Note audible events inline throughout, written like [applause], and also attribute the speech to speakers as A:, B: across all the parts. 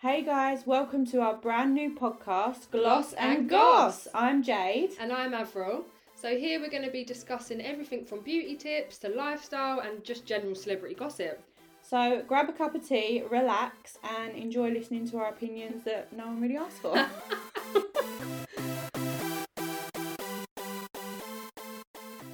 A: Hey guys, welcome to our brand new podcast, Gloss
B: Gloss
A: and
B: and
A: Goss.
B: Goss.
A: I'm Jade.
B: And I'm Avril. So here we're going to be discussing everything from beauty tips to lifestyle and just general celebrity gossip.
A: So grab a cup of tea, relax, and enjoy listening to our opinions that no one really asked for.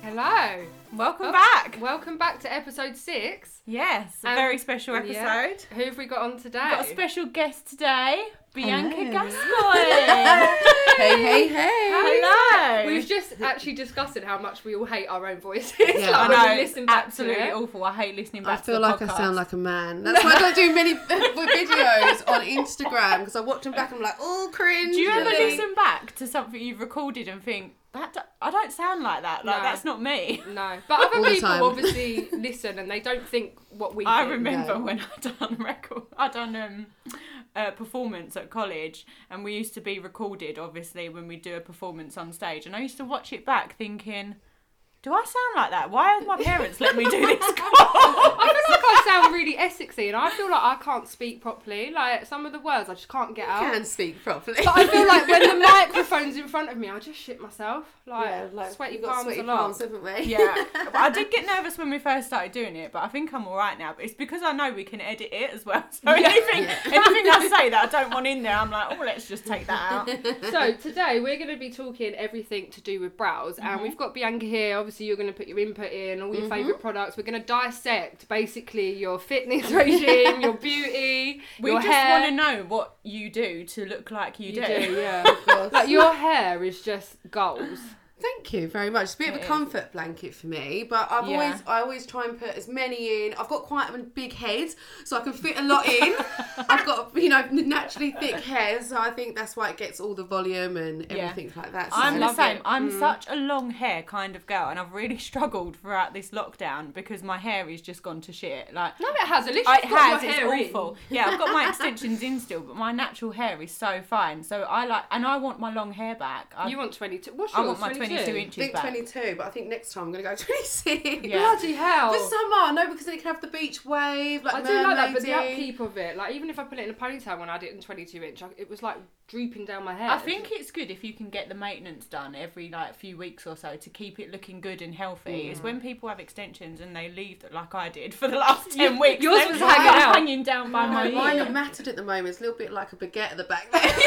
B: Hello.
C: Welcome
B: Oh.
C: back.
B: Welcome back to episode six.
C: Yes, a
B: Um,
C: very special episode.
B: yeah. Who have we got on today?
C: We've got a special guest today, Bianca
A: Hello.
C: Gascoigne.
D: hey, hey, hey.
C: Hello. [laughs]
B: we were just actually discussing how much we all hate our own voices. Yeah,
D: I
B: [laughs] like when we
C: I know,
B: listen back
C: absolutely
B: to it.
C: awful. I hate listening
D: I
C: back to
D: feel
C: the
D: like I
C: podcast.
D: sound like a man. That's why I don't do [laughs] many videos on Instagram because I watch them back and I'm like, oh, cringe.
C: Do you ever
D: Like,
C: listen back to something you've recorded and think, that do- I don't sound like that. Like,
B: No.
C: that's not me. [laughs]
B: No, but other
D: All the
B: people
D: time.
B: obviously listen and they don't think what we.
C: I
B: think.
C: remember
D: No.
C: when [laughs] I done record, I done um, a performance at college, and we used to be recorded. Obviously, when we do a performance on stage, and I used to watch it back, thinking, "Do I sound like that? Why have my parents let me do
B: [laughs]
C: this?" course?"
B: I feel like I sound really Essexy, and I feel like I can't speak properly. Like some of the words I just can't get
D: I
B: out.
D: can speak properly.
B: But
D: [laughs]
B: I feel like when the microphone's in front of me, I just shit myself. Like,
D: Yeah,
B: sweaty
D: we've got
B: palms
D: sweaty
B: along.
D: palms, [laughs] haven't we?
C: yeah, but I did get nervous when we first started doing it, but I think I'm all right now. But it's because I know we can edit it as well. [laughs] So anything, anything I say that I don't want in there, I'm like, "Oh, let's just take that
B: [laughs]
C: out."
B: So today we're going to be talking everything to do with brows, and we've got Bianca here. Obviously, you're going to put your input in, all your favourite products. We're going to dissect basically your fitness [laughs] regime, your beauty,
C: We
B: your
C: just
B: hair.
C: want to know what you do to look like you, do.
B: you do, yeah.
C: [laughs]
B: like your hair is just goals.
D: Thank you very much. It's a bit of
C: It
D: a
C: is.
D: comfort blanket for me, but I've
C: Yeah.
D: always I always try and put as many in. I've got quite a big head, so I can fit a lot
C: [laughs]
D: in. I've got you know naturally thick hair, so I think that's why it gets all the volume and
C: Yeah.
D: everything like that. So
C: I'm the
B: love
C: same.
B: it. Mm.
C: I'm such a long hair kind of girl, and I've really [laughs] struggled throughout this lockdown because my hair has just gone to shit. Like,
B: No, it has. At least
C: I-
B: you've
C: it
B: got
C: has.
B: your
C: It's
B: hair in.
C: awful. Yeah, I've got my extensions in still, but my natural hair is so fine. So I like, and I want my long hair back. I,
B: You want 22? What's
C: I
B: yours?
C: want my 22,
B: 22
D: I
C: inches
D: think
C: back.
D: 22, but I think next time I'm gonna go [laughs] 26.
C: Yeah.
B: Bloody hell!
D: For
C: Oh.
D: summer, no, because then you can have the beach wave, like
B: I do like that, but the
D: mermaiding.
B: upkeep of it, like even if I put it in a ponytail when I did it in 22 inch, I, it was like drooping down my head.
C: I think it's good if you can get the maintenance done every like few weeks or so to keep it looking good and healthy.
B: Mm.
C: It's when people have extensions and they leave it like I did for the
B: [laughs]
C: last ten weeks.
B: yours
C: they've
B: was
C: got
B: hanging out.
C: hanging down by
B: [laughs]
C: my
D: No, mine
C: ear.
D: are matted at the moment. It's a little bit like a baguette at
C: [laughs]
D: the back [laughs] there. It's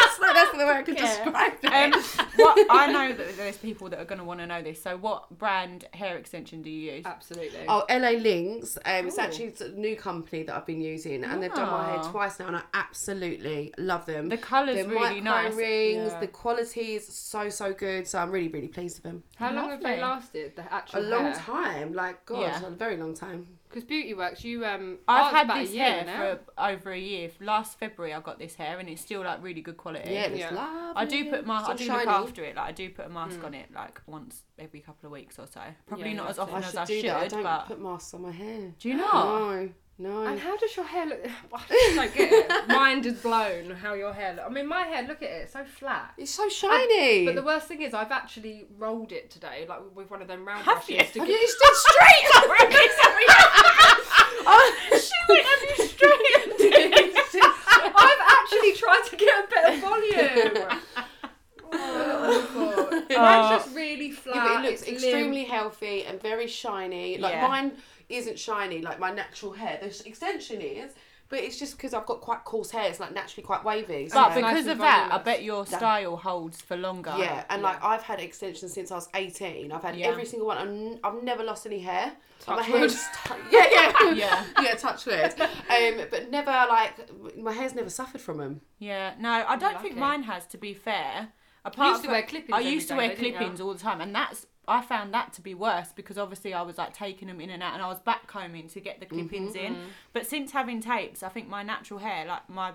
D: just like- that's the way I could
C: Yeah.
D: describe it.
C: Um, what, I know that there's people that are going to want to know this. So, what brand hair extension do you use?
B: Uh, absolutely.
D: Oh, LA Links. Um, it's
B: Ooh.
D: actually it's a new company that I've been using, and they've done my
C: Ah.
D: hair twice now, and I absolutely love them.
C: The colour's
D: Their
C: really
D: micro
C: nice.
D: rings,
C: Yeah.
D: the quality is so so good. So I'm really really pleased with them.
B: How long have they
C: lovely.
B: lasted? The
D: A
B: actual
D: long time, like God,
C: Yeah.
D: a very long time.
B: Because Beauty Works, you um,
C: I've
B: ours
C: had
B: about
C: this
B: a year
C: hair
B: now.
C: for over a year. Last February, I got this hair, and it's still like really good quality.
D: Yeah, it's
B: Yeah.
D: lovely.
C: I do put my I
D: Sort of
C: do look
D: shiny.
C: after it. Like I do put a mask on it like once every couple of weeks or so. Probably
B: Yeah,
C: not
B: you
C: as
B: have to.
C: often
D: Oh, I
C: as
D: should
C: I
D: do
C: should,
D: that. I don't
C: but
D: put Oh. masks on my hair.
C: do you not?
D: No,
B: And
D: no.
B: how does your hair look? [sighs]
C: [laughs]
B: I just don't get it. Mind is blown how your hair look. I mean, my hair, look at it, it's so flat.
D: It's so shiny.
B: But the worst thing is, I've actually rolled it today, like with one of them round
C: Have you?
B: brushes. to
D: Have
B: get-
D: you used it
C: [laughs]
D: straight?
C: Oh, she went have you straightened it?
B: [laughs] I've actually tried to get a better [laughs] volume.
C: [laughs]
B: Oh,
C: Uh,
B: Mine's just really flat.
D: Yeah, but it looks
B: it's limp.
D: extremely healthy and very shiny. Like
C: Yeah.
D: mine isn't shiny, like my natural hair. The extension is, but it's just because I've got quite coarse hair. It's like naturally quite wavy.
C: But
B: Nice
C: because
B: and
C: of that, I
B: voluminous.
C: bet your style holds for longer.
D: yeah, and like I've had extensions since I was eighteen. I've had
C: Yeah.
D: every single one. I'm, I've never lost any hair. Like,
B: Touch
D: my
B: wood.
D: hair's t- yeah, yeah,
C: [laughs]
B: [laughs]
C: Yeah.
D: yeah. Touch wood.
C: [laughs]
D: Um, but never like my hair's never suffered from them.
C: Yeah, no, I don't
B: like
C: think
B: it.
C: mine has. To be fair,
B: I
C: apart
B: used to
C: from-
B: wear clippings.
C: I
B: every
C: used to
B: day,
C: wear
B: didn't you?
C: clippings all the time, and that's I found that to be worse because obviously I was like taking them in and out, and I was backcombing to get the clippings
B: Mm-hmm,
C: in. But since having tapes, I think my natural hair, like my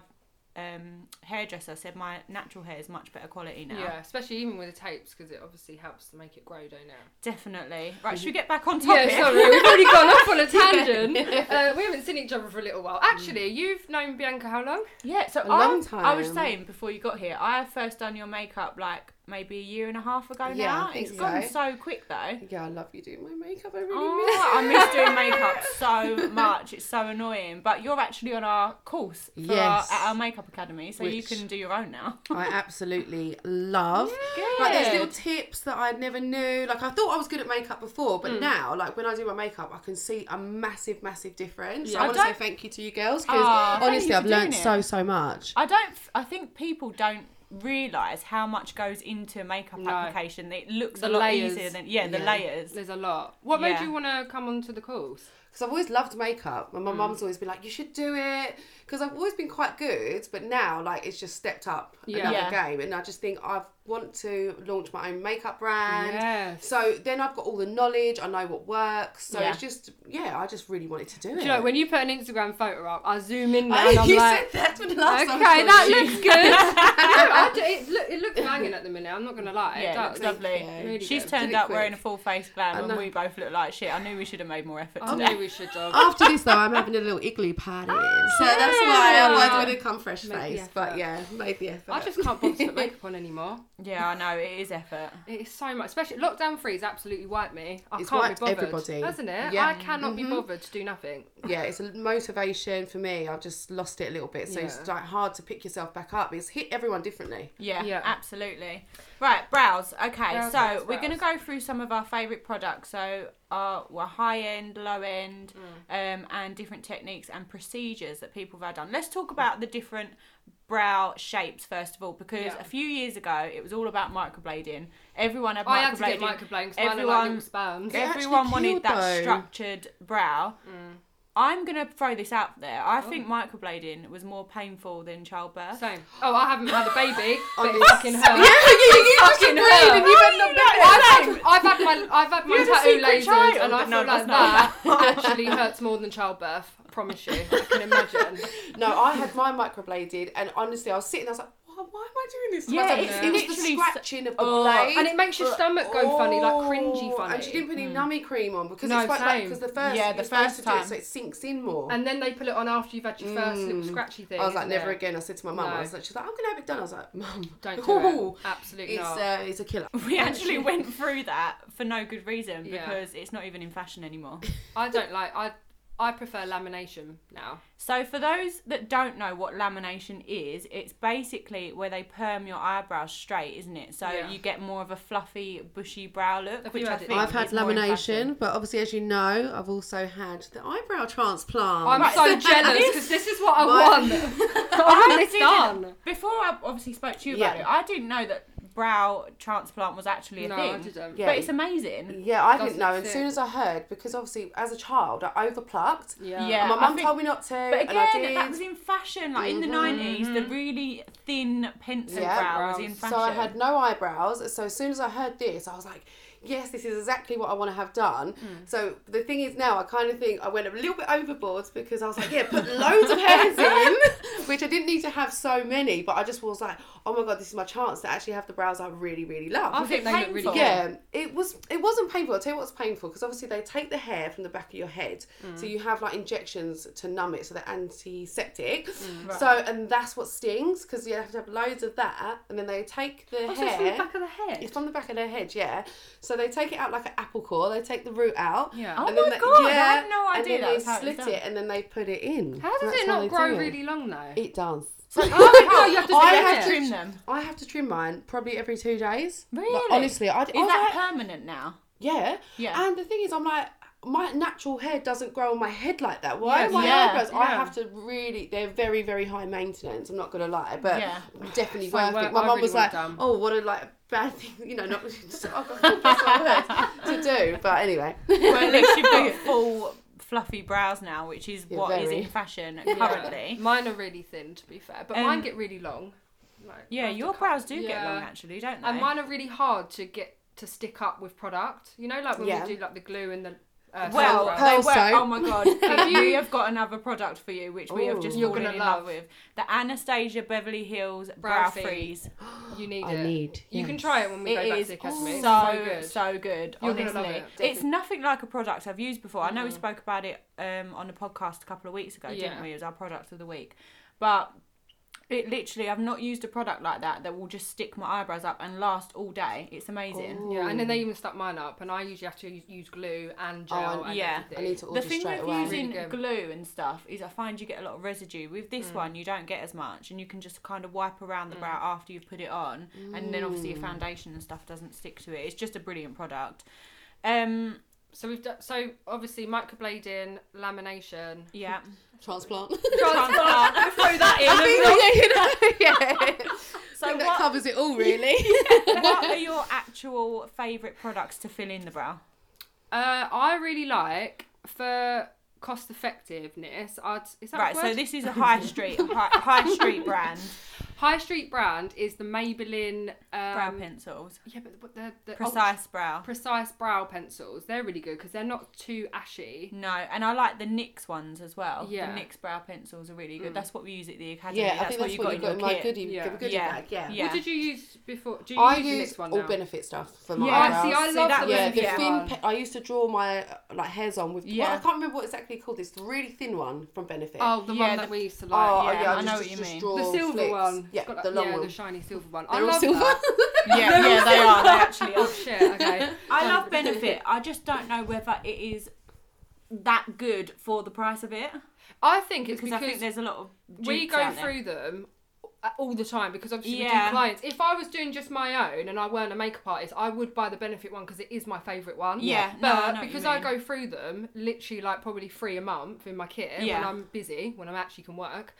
C: um, hairdresser said, my natural hair is much better quality now.
B: Yeah, especially even with the tapes because it obviously helps to make it grow, don't it?
C: definitely. Right, should we get back on topic?
B: Mm-hmm. Yeah, sorry, we've already gone off on a tangent. Uh, we haven't seen each other for a little while.
C: Mm.
B: Actually, you've known Bianca how long?
C: [laughs] Yeah, so
D: A
C: I,
D: long
C: I was
D: time.
C: saying before you got here, I first done your makeup like maybe a year and a half ago
D: Yeah,
C: now.
D: I think
C: It's gone
D: so.
C: so quick though.
D: Yeah, I love you doing my makeup. I really miss
C: Oh, I miss doing makeup so much. It's so annoying. But you're actually on our course for
D: Yes.
C: our, at our makeup academy, so you
D: Which-
C: can do your own now.
D: I absolutely love. Like there's little tips that I never knew. Like I thought I was good at makeup before, but now, like when I do my makeup, I can see a massive, massive difference. So
C: Yeah.
D: I,
C: I
D: want to say
C: don't-
D: thank you to you girls because
C: Aw, thank
D: honestly,
C: you
D: I've
C: for doing
D: learned
C: it.
D: so so much.
C: I don't. f- I think people don't realize how much goes into a makeup
B: No.
C: application. It looks
B: The
C: a lot
B: layers.
C: easier than yeah, the
D: Yeah.
C: layers.
B: There's a lot. What made
C: Yeah.
B: you want to come onto the course?
D: Because I've always loved makeup, and my mum's always been like, "You should do it." Because I've always been quite good, but now like it's just stepped up
B: Yeah.
D: another
C: Yeah.
D: game, and I just think I want to launch my own makeup brand.
B: Yes.
D: So then I've got all the knowledge. I know what works. So
C: Yeah.
D: it's just yeah, I just really wanted to do it.
B: Do you know,
D: [laughs]
B: when you put an Instagram photo up, I zoom in now
D: I,
B: and [laughs] I'm
D: you
B: like,
D: said that when the last
B: okay,
D: time.
B: that [laughs] looks good. no, I do, it, look, it looks banging at the minute. I'm not gonna lie. it
C: Yeah, it
B: does.
C: looks lovely.
D: you.
B: Really
C: She's
B: good.
C: turned
D: Really
C: up
D: quick.
C: wearing a full face
D: I
C: glam,
D: know.
C: and we both look like shit. I knew we should have made more effort
B: I
C: today.
B: knew we should have.
D: After this, though, I'm having a little igloo party. so that's why
B: Ah, yeah.
D: I'm like, going to come fresh
B: Make the
D: face.
B: effort.
D: But yeah, made the effort.
B: I just can't bother to put makeup on anymore.
C: [laughs] Yeah, I know it is effort.
B: It is so much, especially lockdown three has absolutely wiped me. I
D: It's
B: can't
D: wiped
B: be bothered,
D: everybody.
B: hasn't it?
D: Yeah.
B: I cannot be bothered to do nothing.
D: yeah, it's a motivation for me. I've just lost it a little bit, so it's
B: Yeah.
D: like hard to pick yourself back up. It's hit everyone differently.
C: Yeah,
B: Yeah.
C: absolutely. Right, brows. Okay, so
B: Brows, brows,
C: we're going to go through some of our favourite products. So, uh, well, high end, low end,
B: Mm.
C: um, and different techniques and procedures that people have done. Let's talk about the different brow shapes first of all, because
B: Yeah.
C: a few years ago it was all about microblading. Everyone had microblading.
B: I had to get microblading because mine are like
C: Everyone-
B: little spams.
D: They're actually
C: Everyone wanted
D: cute,
C: that
D: though.
C: structured brow.
B: Mm.
C: I'm going to throw this out there. I
B: Oh.
C: think microblading was more painful than childbirth.
B: Same. Oh, I haven't had a baby, but it
D: Honest.
B: fucking
D: [laughs]
B: hurt.
D: you
B: Fucking hell.
D: and you had no baby.
B: I've had, I've had my I've had my
C: You're the
B: tattoo
C: secret
B: lasered
C: child.
B: and
C: No,
B: I feel like
C: that's not-
B: that actually hurts more than childbirth. I promise you. I can imagine.
D: No, I had mine microbladed, and honestly, I was sitting. there, I was like, why, why am I doing this? to
C: Yeah,
D: myself?"
C: it's
D: it was the
C: literally
D: scratching of the
C: Oh,
D: blade,
B: and it makes your stomach go funny, like cringy
D: Oh,
B: funny.
D: And she didn't put any nummy cream on because
B: No,
D: it's quite
B: same.
D: like because the first
C: Yeah,
D: yeah
C: the
D: the first
C: first
D: to do it,
C: time.
D: so it sinks in more.
B: And then they pull it on after you've had your first little
D: Mm.
B: scratchy thing.
D: I was like,
B: isn't
D: never
B: it?
D: again. I said to my mum,
B: No.
D: I was like, she's like, I'm gonna have it done. I was like, mum,
B: Don't do
D: ooh,
B: it. Absolutely
D: It's
B: not.
D: uh, it's a killer.
C: We actually went through that for no good reason
B: Yeah.
C: because it's not even in fashion anymore.
B: I don't like. I I prefer lamination now.
C: So, for those that don't know what lamination is, it's basically where they perm your eyebrows straight, isn't it? So
B: Yeah.
C: you get more of a fluffy, bushy brow look.
B: Have
C: which
B: you
C: I
B: had it?
C: think
D: I've had
C: is more in fashion.
D: lamination, but obviously, as you know, I've also had the eyebrow transplant.
B: I'm
D: [laughs]
C: Right, so
B: so jealous
C: this-
B: because this is what I
D: My- [laughs]
B: want. [laughs] I want this
C: didn't-
B: done.
C: Before I obviously spoke to you about
D: Yeah.
C: it, I didn't know that brow transplant was actually a
B: No,
C: thing.
B: I didn't.
D: Yeah.
C: But it's amazing.
D: yeah, I
B: Doesn't
D: didn't know. As
B: fit.
D: soon as I heard, because obviously, as a child, I overplucked.
B: Yeah.
C: Yeah.
D: And my
C: I
D: mum
C: think-
D: told me not to,
C: But
D: and I
C: again,
D: did.
C: that was in fashion. Like in the 90s, the really thin pencil
D: Mm-hmm. Yeah.
C: brow was in
B: Brows.
C: fashion.
D: So I had no eyebrows. So as soon as I heard this, I was like, yes, this is exactly what I want to have done.
C: Hmm.
D: So the thing is now, I kind of think I went a little bit overboard because I was like, yeah, put loads of
C: [laughs]
D: hairs in, which I didn't need to have so many, but I just was like, oh my God, this is my chance to actually have the brows I really, really love.
B: I
C: Was
B: think
C: it
B: they look really
C: painful?
B: good.
D: Yeah, it was. It wasn't painful. I'll tell you what's painful because obviously they take the hair from the back of your head,
C: Mm.
D: so you have like injections to numb it, so they're antiseptic.
C: Mm,
D: So and that's what stings because you have to have loads of that, and then they take the
B: Oh, so it's
D: hair.
B: from the back of the head.
D: It's from the back of their head, yeah. So they take it out like an apple core. They take the root out.
B: Yeah.
C: Oh
D: and then
C: my
D: they,
C: God, I
D: Yeah,
C: had no
D: and
C: idea
D: then
C: that
D: they
C: was how it was
D: slit
C: done.
D: it and then they put it in.
B: How does
D: That's
B: it
D: they
B: not grow
D: do it.
B: really long though?
C: [laughs]
D: It does.
B: oh, God, you have to
D: I
B: split
D: have
B: it.
D: to
C: trim them.
D: I have to trim mine probably every two days. Like,
C: Really?
D: honestly, I, I
C: Is
D: was
C: that
D: like,
C: permanent now?
D: yeah.
C: Yeah.
D: And the thing is, I'm like, my natural hair doesn't grow on my head like that. Why?
B: Yes.
D: my
C: Yeah,
D: eyebrows, I
B: yeah.
D: have to really, they're very, very high maintenance. I'm not going to lie, but
C: Yeah.
D: definitely
B: Fine,
D: worth
B: well,
D: it. My
B: I
D: mum
B: really
D: was
B: want
D: like,
B: them.
D: oh, what a like bad thing, [laughs] you know, not oh, God, I can't think of the words [laughs] to do. But anyway.
C: well, at least you've got full fluffy brows now, which is
D: Yeah,
C: what is
D: very.
C: in fashion
B: Yeah.
C: currently.
B: Mine are really thin, to be fair, but
C: Um,
B: mine get really long. Like,
C: Yeah,
B: after
C: your
B: cut.
C: brows do get
B: Yeah.
C: long actually, don't they?
B: and mine are really hard to get to stick up with product. You know, like when
D: Yeah.
B: we do like the glue and the uh,
C: well,
B: sunbrow.
D: Pearl
C: they work.
D: soap.
C: Oh my god,
B: you-
C: we have got another product for you, which we have just
D: Ooh.
B: You're
C: fallen
B: gonna
C: in love.
B: love.
C: with the Anastasia Beverly Hills Brow
B: Brow Freeze.
C: Freeze.
B: you need
D: I
B: it.
D: need,
B: You can
D: yes.
B: try it when we go back
C: It
B: to the
C: is
B: academy. It's so
C: so
B: good.
C: so good.
B: You're gonna
C: honestly,
B: love it. Mm.
C: it's nothing like a product I've used before. I know we spoke about it um, on the podcast a couple of weeks ago,
B: Yeah.
C: didn't we? It was our product of the week, but It literally, I've not used a product like that that will just stick my eyebrows up and last all day. It's amazing.
B: Yeah, and then they even stuck mine up, and I usually have to use, use glue and
D: Oh,
B: gel.
D: and-
B: and
C: yeah.
D: I
B: everything.
D: need to order
C: the thing
D: straight
C: with
D: away.
C: using
B: Really good. Mm.
C: glue and stuff is I find you get a lot of residue. With this one, you don't get as much, and you can just kind of wipe around the brow after you've put it on, and then obviously your foundation and stuff doesn't stick to it. It's just a brilliant product. Um,
B: So we've done. So obviously microblading, lamination.
C: yeah,
D: Transplant. [laughs]
C: transplant. I throw that in. as well.
D: I think, yeah, you know, [laughs] yeah. I
C: So
D: think that
C: what,
D: covers it all, really.
C: what are your actual favourite products to fill in the brow?
B: Uh, I really like for cost effectiveness. I'd is that
C: Right,
B: a
C: so
B: word?
C: this is a high street, a high, high street brand
B: High Street brand is the Maybelline um, oh,
C: brow pencils,
B: Yeah, but what the, the ultra-
C: precise brow.
B: precise brow pencils. They're really good because they're not too ashy.
C: No, and I like the NYX ones as well.
B: Yeah.
C: The NYX brow pencils are really good.
B: Mm.
C: That's what we use at the academy.
D: Yeah, I
C: that's
D: think
C: what
D: that's
C: you
D: what
C: got
D: you got in my
C: your kit.
D: goodie,
B: Yeah.
D: goodie
C: Yeah.
D: bag. Yeah.
C: Yeah.
B: What did you use before? Do you
D: I
B: use, the
D: use
B: next one
D: all
B: now?
D: benefit stuff for my
C: Yeah.
B: I see.
D: eyebrows.
B: I
C: See,
B: love
C: that
B: the
C: was-
D: yeah,
B: benefit
D: the
C: yeah.
D: thin.
B: one.
D: Pe- I used to draw my uh, like hairs on with.
C: Yeah.
D: Well, I can't remember what exactly called this. The really thin one from Benefit.
B: Oh, the
C: Yeah,
B: one that
C: the-
B: we used to like.
D: Oh,
C: yeah,
D: yeah,
C: I
D: just-
C: know what
D: just-
C: you
D: just
C: mean.
D: draw
B: the silver
D: flicks.
B: one.
D: Yeah,
B: It's got
D: the
B: like-
D: long
B: yeah,
D: one.
B: the shiny silver one. I
D: [laughs] They're all
B: love
D: silver.
B: that.
C: [laughs] Yeah, yeah, they are. They actually
B: Oh [laughs]
C: are.
B: shit. Okay.
D: [laughs]
C: I love Benefit. I just don't know whether it is that good for the price of it
B: I think it's
C: because,
B: because
C: I think there's a lot of
B: we
C: dupes
B: go
C: out there.
B: through them a- all the time because obviously we
C: Yeah.
B: do clients. If I was doing just my own and I weren't a makeup artist, I would buy the benefit one because it is my favourite one.
C: Yeah, no, I
B: but
C: know what you
B: because I
C: mean.
B: go through them literally like probably three a month in my kit when
C: Yeah.
B: I'm busy when I actually can work,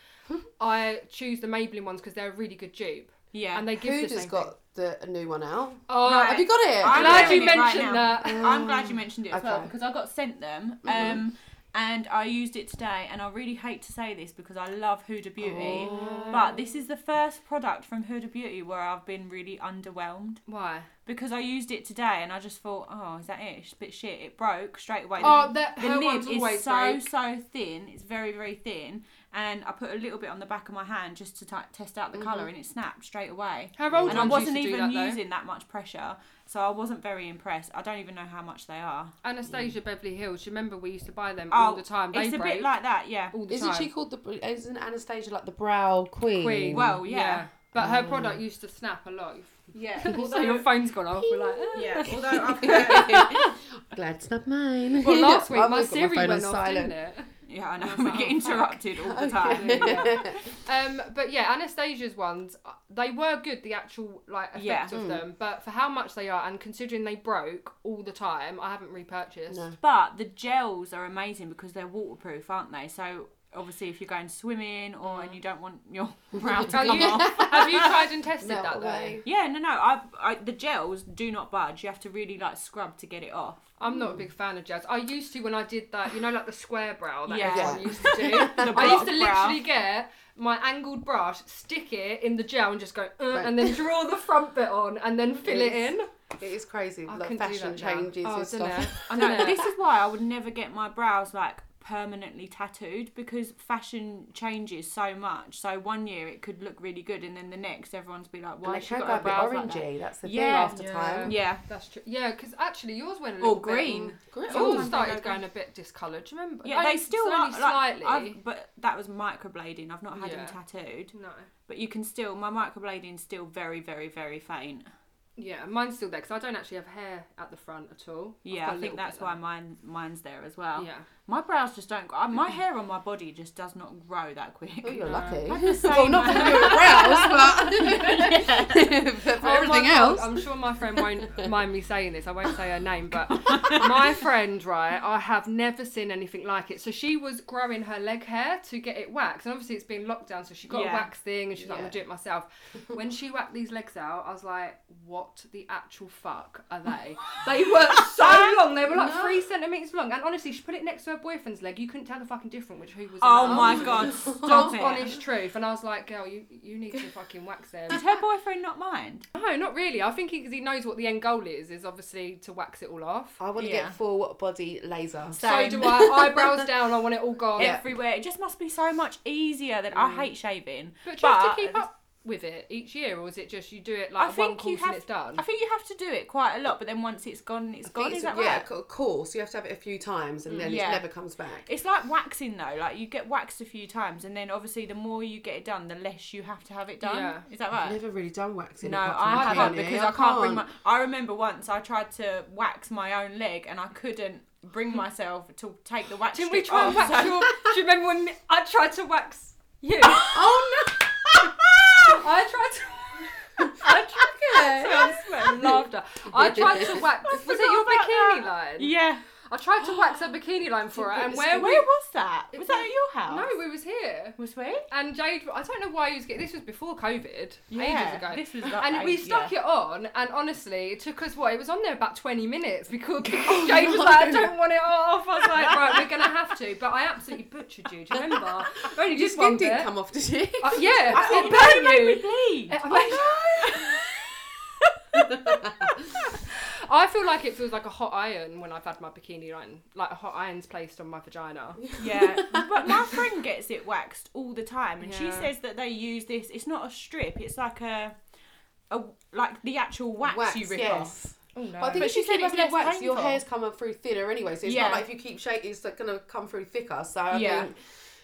B: I choose the Maybelline ones because they're a really good dupe
C: Yeah,
B: and they give the
D: Huda's
B: same thing.
D: got the a new one out.
B: Oh,
C: Right.
D: Have you got it?
C: I'm
B: I'm glad
C: wearing
B: you
C: it right now.
B: mentioned that.
C: I'm glad
B: Mm.
C: you mentioned it as well
D: Okay.
C: because I got sent them.
B: Mm-hmm.
C: Um, and I used it today, and I really hate to say this because I love Huda Beauty, [laughs] but this is the first product from Huda Beauty where I've been really underwhelmed
B: Why?
C: because I used it today, and I just thought, oh, is that it? It's a bit shit. It broke straight away.
B: Oh, that
C: the
B: her
C: nib
B: one's always
C: is so
B: break.
C: so thin. It's very very thin, and I put a little bit on the back of my hand just to t- test out the
B: Mm-hmm.
C: color, and it snapped straight away.
B: Her old
C: And I
B: ones
C: wasn't
B: used to do
C: even
B: that, though.
C: using that much pressure, so I wasn't very impressed. I don't even know how much they are.
B: Anastasia Beverly Hills. Remember we used to buy them
C: Oh,
B: all the time. They
C: it's a
B: break
C: bit like that, yeah.
B: all the
D: Isn't
B: time.
D: she called the? Isn't Anastasia like the brow queen?
B: Queen.
C: Well, yeah.
B: But her product used to snap a lot.
C: Yeah. [laughs]
B: So your phone's gone off. We're like, eh.
C: yeah. Although [laughs] I've heard,
D: Glad it's not mine. [laughs]
B: well, last week
D: I've
B: my
D: always got
B: Siri
D: phone on
B: went off, didn't it?
C: yeah, I know we get interrupted all the time.
D: [laughs]
B: Yeah. um, but yeah, Anastasia's ones uh, they were good. The actual like effect
C: Yeah.
B: of them, but for how much they are, and considering they broke all the time, I haven't repurchased.
D: No.
C: But the gels are amazing because they're waterproof, aren't they? So obviously, if you're going swimming or and you don't want your [laughs] brow to
B: Have
C: come
B: you,
C: off,
B: [laughs] have you tried and tested
D: Melt
B: that though?
D: away.
C: Yeah, no, no. I, I the gels do not budge. You have to really like scrub to get it off.
B: I'm
C: Hmm.
B: not a big fan of jazz. I used to when I did that, you know, like the square brow that
C: Yeah.
B: everyone used to do.
C: [laughs] The
B: I used to
C: block brow.
B: literally get my angled brush, stick it in the gel, and just go, uh,
D: Right.
B: and then draw the front bit on, and then fill it in.
D: It is crazy.
B: I
D: like
B: couldn't do
D: fashion
B: that now.
D: changes
B: oh,
D: and
B: dunno,
D: stuff.
C: [laughs] I know.
B: dunno.
C: this is why I would never get my brows like permanently tattooed because fashion changes so much. So one year it could look really good, and then the next everyone's be like,
D: And
C: "Why
D: they
C: has she
D: can
C: got
D: go a
C: her
D: bit
C: brows like
D: orangey.
C: that?"
D: That's the
C: Yeah.
D: thing after
B: Yeah.
D: time.
C: Yeah,
B: That's true. Yeah, because actually yours went a little
C: or green.
B: Bit,
D: Great.
B: it all
C: Sometimes they go
B: started
C: green.
B: going a bit discoloured. Do you remember?
C: Yeah,
B: Like,
C: they still
B: slowly,
C: are like,
B: slightly.
C: I've, but that was microblading. I've not had
B: Yeah.
C: them tattooed,
B: No.
C: but you can still. My microblading's still very, very, very faint.
B: Yeah, mine's still there because I don't actually have hair at the front at all. I've got
C: Yeah, I
B: a little
C: think that's
B: bit
C: why
B: there.
C: mine mine's there as well.
B: Yeah.
C: My brows just don't. grow.
B: [clears throat]
C: My hair on my body just does not grow that quick.
D: Oh, you're lucky.
C: I'm
D: [laughs]
C: the
D: Well,
C: same.
D: not for your brows,
C: [laughs]
D: but, [laughs] but for
B: Oh my
D: everything
B: God,
D: else.
B: I'm sure my friend won't mind me saying this. I won't say her name, but my friend, right, I have never seen anything like it. So she was growing her leg hair to get it waxed. And obviously it's been lockdown, so she got
C: Yeah.
B: a wax thing and she's like, I'm going
D: Yeah.
B: to do it myself. When she whacked these legs out, I was like, what the actual fuck are they? They were so long. They were like three centimetres long. And honestly, she put it next to her boyfriend's leg. You couldn't tell the fucking difference which who was
C: Oh
B: [laughs] in
C: my
B: that.
C: god,
B: God's
C: stop it.
B: honest truth. And I was like, girl, you, you need to fucking wax them.
C: Did her boyfriend not mind?
B: No, not really. I think because he, knows what the end goal is, is obviously to wax it all off.
D: I want to
C: Yeah.
D: get full body laser.
C: Oh, Same.
B: So do I. Eyebrows down, I want it all gone.
C: Everywhere. It just must be so much easier than I hate shaving.
B: Mm. But you have to
C: but-
B: keep up with it each year, or is it just you do it like one course and it's done?
C: I think you have to do it quite a lot, but then once it's gone, it's gone.
D: It's-
C: Is that
D: yeah,
C: right? Mm,
D: co- of course. You have to have it a few times and then
C: yeah.
D: it never comes back.
C: It's like waxing though. Like you get waxed a few times, and then obviously the more you get it done, the less you have to have it done.
B: Yeah.
C: Is that
D: I've
C: right?
D: never really done waxing.
C: No,
D: apart from
C: I
D: my
C: haven't
D: peony.
C: because I can't bring my. I remember once I tried to wax my own leg and I couldn't bring myself to take the wax.
B: Didn't we
C: strip
B: try and
C: off,
B: wax
C: so- [laughs]
B: your? Do you remember when I tried to wax you?
D: Oh
C: [laughs]
D: no!
B: I tried to. [laughs] I
C: [laughs]
B: tried to. Laughter. I tried to wax. was it
C: forgot
B: your
C: about
B: bikini
C: that.
B: line?
C: Yeah.
B: I tried to wax her bikini line for her, and
D: It's
B: where
C: Where,
B: we?
C: was that? Was that at your house?
B: No, we was here.
C: was we?
B: And Jade, I don't know why he was getting. This was before COVID, ages ago.
C: This was like
B: and we
C: ages-
B: stuck
C: yeah.
B: it on, and honestly, it took us what it was on there about 20 minutes
D: [laughs]
B: because [laughs] Jade was like, I don't want it off. I was like, right, we're gonna have to, but I absolutely butchered you. Do you remember? I only
D: Your
B: did
D: skin
B: one bit.
D: didn't come off, did you?
B: Uh, yeah,
C: I-
B: it
C: you
B: burned
C: know, you made
B: you.
C: me bleed.
B: [laughs] I
D: "Oh."
B: I feel like it feels like a hot iron when I've had my bikini line, like a hot iron's placed on my vagina.
C: Yeah, but my friend gets it waxed all the time, and she
B: Yeah.
C: says that they use this. It's not a strip; it's like a, a like the actual [laughs] wax, you rip off.
B: Oh no!
D: But I think
C: But
D: if
C: she
D: you
C: said
D: keep
C: it was
D: having it
C: less
D: wax, your
C: painful.
D: hair's coming through thinner anyway. So it's
C: Yeah.
D: not like if you keep shaking, it's like gonna come through thicker. So I
C: Yeah.
D: think,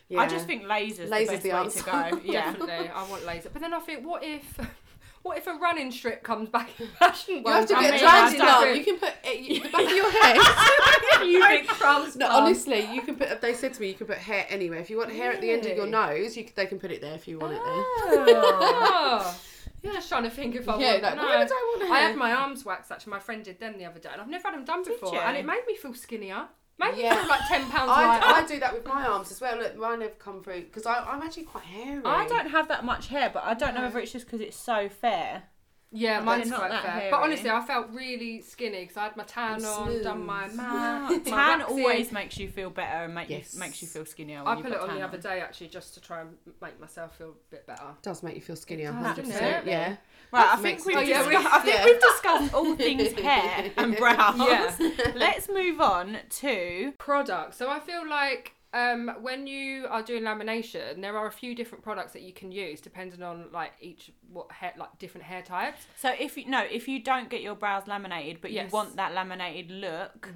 D: yeah.
C: I just think lasers
D: Laser's
C: the best
D: the
C: way
D: answer.
B: [laughs]
C: to go. Yeah,
B: Definitely, I want laser. But then I think, what if, [laughs] what if a running strip comes back in fashion?
D: you have to
C: I
D: get
C: mean,
D: dry
C: I
D: enough.
C: don't-
D: You can put it, you, the back
C: [laughs]
D: of your hair.
B: you [laughs] big crumbs.
D: No, honestly, you can put. They said to me, you can put hair anywhere. If you want hair at the end of your
B: Really?
D: nose, you c- they can put it there if you want it there.
B: Oh. I'm just trying to think if I
D: Yeah,
B: want.
D: like,
B: no.
D: why would I
C: Oh,
D: want hair?
B: I had my arms waxed actually. My friend did them the other day, and I've never had them done before,
C: you?
B: and it made me feel skinnier. Made
D: Yeah.
B: me feel like ten
C: [laughs]
B: pounds lighter.
D: I, I do that with my arms as well. Look, mine have come through because I'm actually quite hairy.
C: I don't have that much hair, but I don't know whether it's just because it's so fair.
B: Yeah,
C: But
B: mine's
C: they're not
B: quite
C: that
B: fair.
C: hairy.
B: But honestly, I felt really skinny because I had my tan
D: And
B: on, done my
D: smooth.
B: mat. my
C: Tan
B: waxing.
C: always makes you feel better and make
D: Yes.
C: you makes Oh, you feel skinnier. When
B: I
C: you've
B: put it
C: got
B: on
C: tan
B: the other day actually just to try and make myself feel a bit better.
D: Does make you feel skinnier,
B: does,
D: hundred
B: doesn't
D: percent.
B: it?
D: Yeah.
C: Right, I
D: That
C: think
D: makes
C: we've
B: sense. Oh, yeah,
C: discussed,
B: we-
C: I think
D: yeah.
C: we've discussed [laughs] all things hair and brows. [laughs] Let's move on to
B: Products. So I feel like um, when you are doing lamination, there are a few different products that you can use depending on like each what hair like different hair types.
C: So if you no, if you don't get your brows laminated, but
B: Yes. Mm-hmm.
C: you want that laminated look,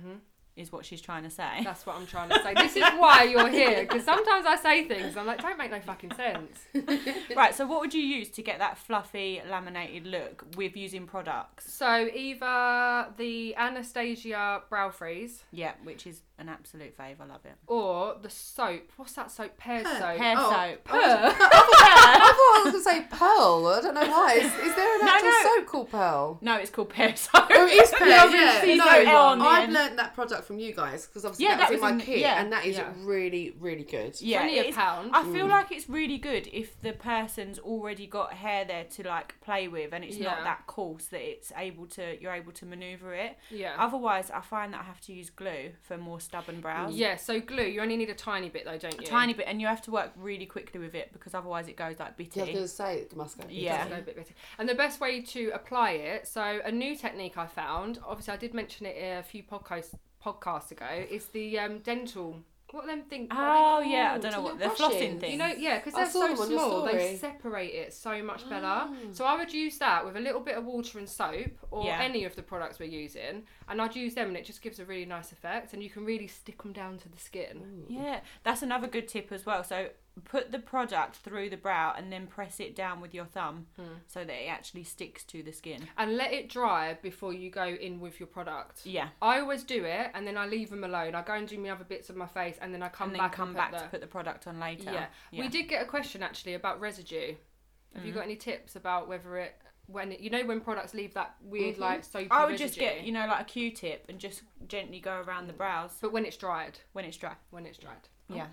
C: is what she's trying to say.
B: That's what I'm trying to say. this is why you're here because sometimes I say things I'm like don't make no fucking sense.
C: right. So what would you use to get that fluffy laminated look with using products?
B: So either the Anastasia brow freeze.
C: Yeah, which is an absolute fave. I love it.
B: or the soap. What's that soap? Pear soap.
C: Hair
D: Oh.
C: soap.
B: Pear.
D: I thought I was going [laughs] to say pearl. I don't know why. Is, is there an
C: No,
D: actual
C: no.
D: soap called pearl?
C: No, it's called [laughs] pear soap.
D: Oh, it is pearl.
C: Yeah,
D: yeah.
C: it's
D: No,
C: got L on the
D: I've
C: end.
D: learned that product from you guys because obviously
C: Yeah, that
D: that, was in
C: was
D: my
C: in the-
D: kit,
C: yeah.
D: and that is
B: Yeah.
D: really, really good.
C: yeah,
B: Only
C: it
B: a
C: is-
B: pound.
C: I feel like it's really good if the person's already got hair there to like play with, and it's
B: Yeah.
C: not that coarse that it's able to you're able to maneuver it.
B: yeah.
C: Otherwise, I find that I have to use glue for more stubborn brows.
B: Yeah. So glue. You only need a tiny bit though, don't you?
C: a tiny bit, and you have to work really quickly with it because otherwise it goes like bitty.
D: Yeah, I was going to say it must go.
B: It does
C: Yeah.
B: go a bit bitty. And the best way to apply it. So a new technique I found. Obviously, I did mention it a few podcasts podcasts ago. Is the um, dental. What are them thing? what are
C: Oh
B: they
C: yeah, I
B: called?
C: don't know
D: Do
C: what
D: you
C: the
D: know
C: flossing
D: brushes?
C: thing.
B: You know, yeah, because
D: I
B: they're
D: saw
B: so
D: them on your
B: small, they
D: story.
B: separate it so much better. So I would use that with a little bit of water and soap, or
C: Ah. Yeah.
B: any of the products we're using, and I'd use them, and it just gives a really nice effect, and you can really stick them down to the skin.
C: yeah, that's another good tip as well. So put the product through the brow and then press it down with your thumb
B: Hmm.
C: so that it actually sticks to the skin.
B: And let it dry before you go in with your product.
C: Yeah,
B: I always do it, and then I leave them alone. I go and do my other bits of my face, and then I come
C: and then
B: back.
C: come
B: and
C: back
B: put
C: to
B: the-
C: put the product on later.
B: yeah. we did get a question actually about residue. Have
C: Mm.
B: you got any tips about whether it when it, you know when products leave that weird like soapy
C: Mm-hmm. I would just
B: residue?
C: get you know like a Q-tip and just gently go around the brows
B: but when it's dried.
C: when it's dry.
B: when it's dried.
C: [laughs] Yeah,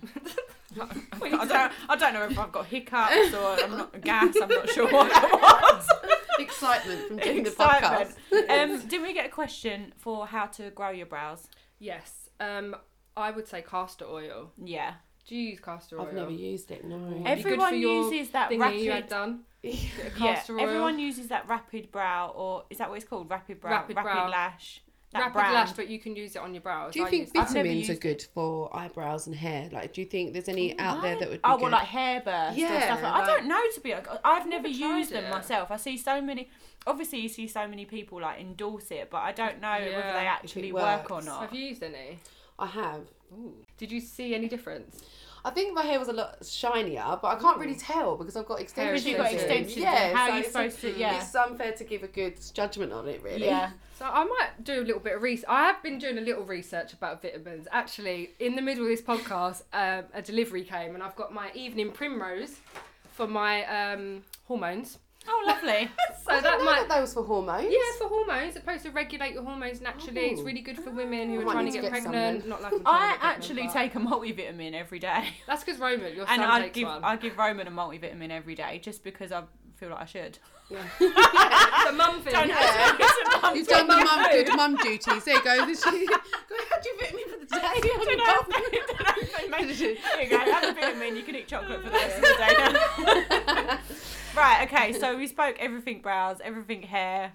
B: What
C: I
B: you
C: don't. I don't know if I've got [laughs] hiccups or I'm not gas. I'm not sure what that [laughs] was.
D: Excitement from doing [laughs] the podcast.
C: Excitement. [laughs] Um, didn't we get a question for how to grow your brows?
B: Yes. Um, I would say castor oil.
C: Yeah.
B: Do you use castor oil?
D: I've never used it. No.
B: Every- good for
C: Everyone
B: your
C: uses that
B: Thingy
C: rapid.
B: you had done.
C: yeah,
B: castor oil.
C: everyone uses that rapid brow, or is that what it's called? Rapid brow,
B: Rapid
C: rapid,
B: brow.
C: lash. that
B: Rapid
C: brand.
B: lash, but you can use it on your brows.
D: Do you
B: I
D: think
B: use- I've never
D: vitamins
B: used
D: are good for eyebrows and hair? Like, do you think there's any out there that would be
C: oh,
D: good?
C: well, like hair bursts
D: Yeah,
C: and stuff. Like,
D: like-
C: I don't know to be. honest. I've never
B: tried
C: used them
B: it.
C: myself. I see so many. Obviously, you see so many people like endorse it, but I don't know whether
B: Yeah,
C: they
B: if
C: actually
D: it
C: work or
D: works.
C: not.
B: Have you used any?
D: I have.
B: Did you see any difference?
D: I think my hair was a lot shinier, but I can't really tell because I've got extensions.
B: Because you've got
C: extensions,
D: Yeah,
C: and how
D: so
C: are you
D: it's-
C: supposed to- yeah.
D: It's unfair to give a good judgment on it, really.
C: Yeah.
B: So I might do a little bit of research. I have been doing a little research about vitamins. Actually, in the middle of this podcast, um, a delivery came, and I've got my evening primrose for my um, hormones.
C: [laughs] Oh, lovely.
B: So
D: I didn't
B: that
D: know
B: might.
D: that those were hormones.
B: Yeah, for hormones, it's supposed to regulate your hormones naturally. It's
D: Ooh.
B: really good for women
C: Oh.
B: who
D: I
B: are
D: might
B: trying to
D: need
B: get,
D: to get some
B: pregnant.
D: then.
B: Not
C: [laughs]
B: like I'm trying
C: I
B: to get pregnant,
C: actually
B: but-
C: take a multivitamin every day,
B: That's because Roman, your son
C: and I
B: takes
C: give
B: one.
C: I give Roman a multivitamin every day just because I feel like I should. [laughs]
B: the mum thing.
C: Don't
B: [laughs]
D: Yeah.
C: it's a mum
D: You've done the
C: thing.
D: mum, good mum duties. There you go. [laughs] This- Go, How'd you fit me for the day?
C: I
D: [laughs]
C: don't know if they- I don't know if they
B: [laughs]
C: made it. Here you go, have a vitamin, you can eat chocolate for the rest of the day.
B: [laughs]
C: right, okay, so we spoke everything brows, everything hair,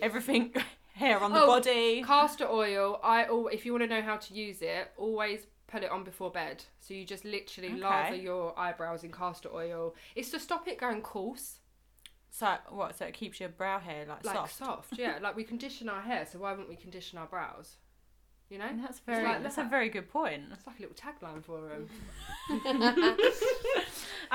C: everything [laughs] hair on the
B: Oh,
C: body.
B: Castor oil, I al- if you want to know how to use it, always put it on before bed. So you just literally
C: Okay.
B: lather your eyebrows in castor oil. It's to stop it going coarse,
C: So, what, so it keeps your brow hair like,
B: like soft.
C: soft? [laughs]
B: yeah, like we condition our hair, so why wouldn't we condition our brows? You know,
C: That's very,
B: like
C: that's a
B: that.
C: very good point.
B: it's like a little tagline for them.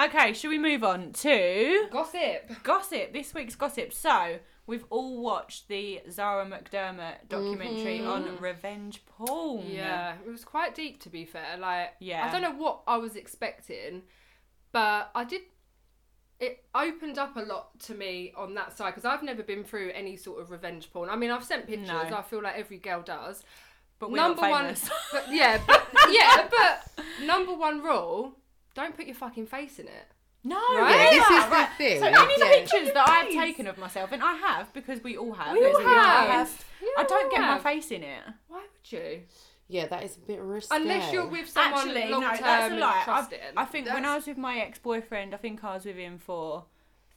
C: Okay, should we move on to
B: Gossip.
C: gossip? This week's gossip. So, we've all watched the Zara McDermott documentary on revenge porn.
B: Mm-hmm. Yeah, it was quite deep to be fair. Like,
C: Yeah.
B: I don't know what I was expecting, but I did. It opened up a lot to me on that side because I've never been through any sort of revenge porn. I mean, I've sent pictures.
C: No.
B: I feel like every girl does.
C: But we're not famous. [laughs]
B: one, [laughs] but yeah, but yeah, but number one rule: don't put your fucking face in it.
C: No,
B: Right?
C: yeah,
B: Yeah,
D: this is
C: right.
D: the thing.
C: So any
D: Yeah.
C: pictures that I've taken of myself, and I have because we all have.
B: We all
C: let's be
B: have.
C: honest,
B: Yeah,
C: I don't get my
B: have.
C: face in it.
B: Why would you?
D: Yeah, that is a bit risky.
B: Unless you're with someone
C: Actually,
B: long
C: no,
B: term
C: that's a
B: and
C: lie. I've-
B: trusted.
C: I think when
D: That's-
C: I was with my ex-boyfriend, I think I was with him for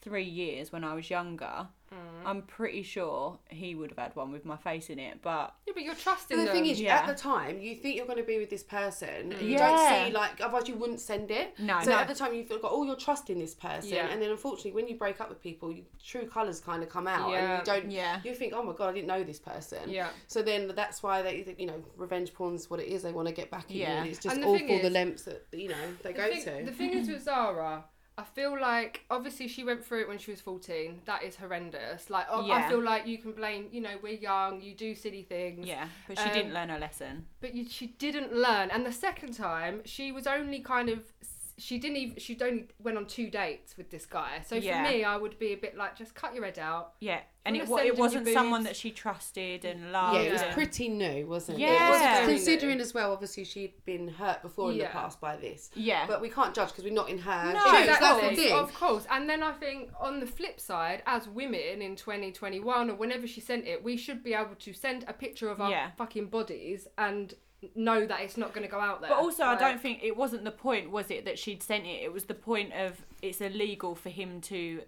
C: three years when I was younger.
D: Mm.
C: I'm pretty sure he would have had one with my face in it, but
B: yeah, but you're trusting
D: But the
B: them.
D: thing is,
C: Yeah.
D: at the time, you think you're going to be with this person. and You
C: Yeah.
D: don't see, like, otherwise you wouldn't send it.
C: No,
D: So
C: no.
D: at the time, you've got all your trust in this person.
B: Yeah.
D: And then, unfortunately, when you break up with people, your true colours kind of come out.
B: Yeah.
D: And you don't,
C: Yeah.
D: you think, oh my God, I didn't know this person.
B: Yeah.
D: So then that's why they, you know, revenge porn's what it is. They want to get back at you.
C: Yeah.
D: And it's just
B: And the
D: awful
B: thing
D: the
B: is-
D: lengths that, you know, they
B: the
D: go
B: thing,
D: to.
B: The thing is with Zara, I feel like obviously she went through it when she was 14. That is horrendous. Like I- I
C: Yeah.
B: feel like you can blame, you know, we're young, you do silly things.
C: yeah, but she
B: Um,
C: didn't learn her lesson.
B: But you, she didn't learn. And the second time, she was only kind of she didn't even she only went on two dates with this guy. So
C: Yeah.
B: for me, I would be a bit like just cut your head out.
C: Yeah, and
B: Wanna
C: it, wa-
B: send in
C: it
B: your
C: wasn't someone
B: boobs.
C: that she trusted and
D: yeah,
C: loved.
D: it was
B: Yeah.
D: pretty new, wasn't it?
C: Yeah. It was
D: Because
B: very
D: Considering
B: new.
D: as well, obviously, she'd been hurt before in the
B: Yeah.
D: past by this.
C: Yeah.
D: But we can't judge because we're not in her
C: No,
D: shoes. That's the
B: Exactly,
D: thing.
B: of course. And then I think on the flip side, as women in 2021 or whenever she sent it, we should be able to send a picture of our
C: Yeah.
B: fucking bodies and know that it's not going to go out there.
C: But also, I
B: Like,
C: don't think it wasn't the point, was it, that she'd sent it? It was the point of it's illegal for him to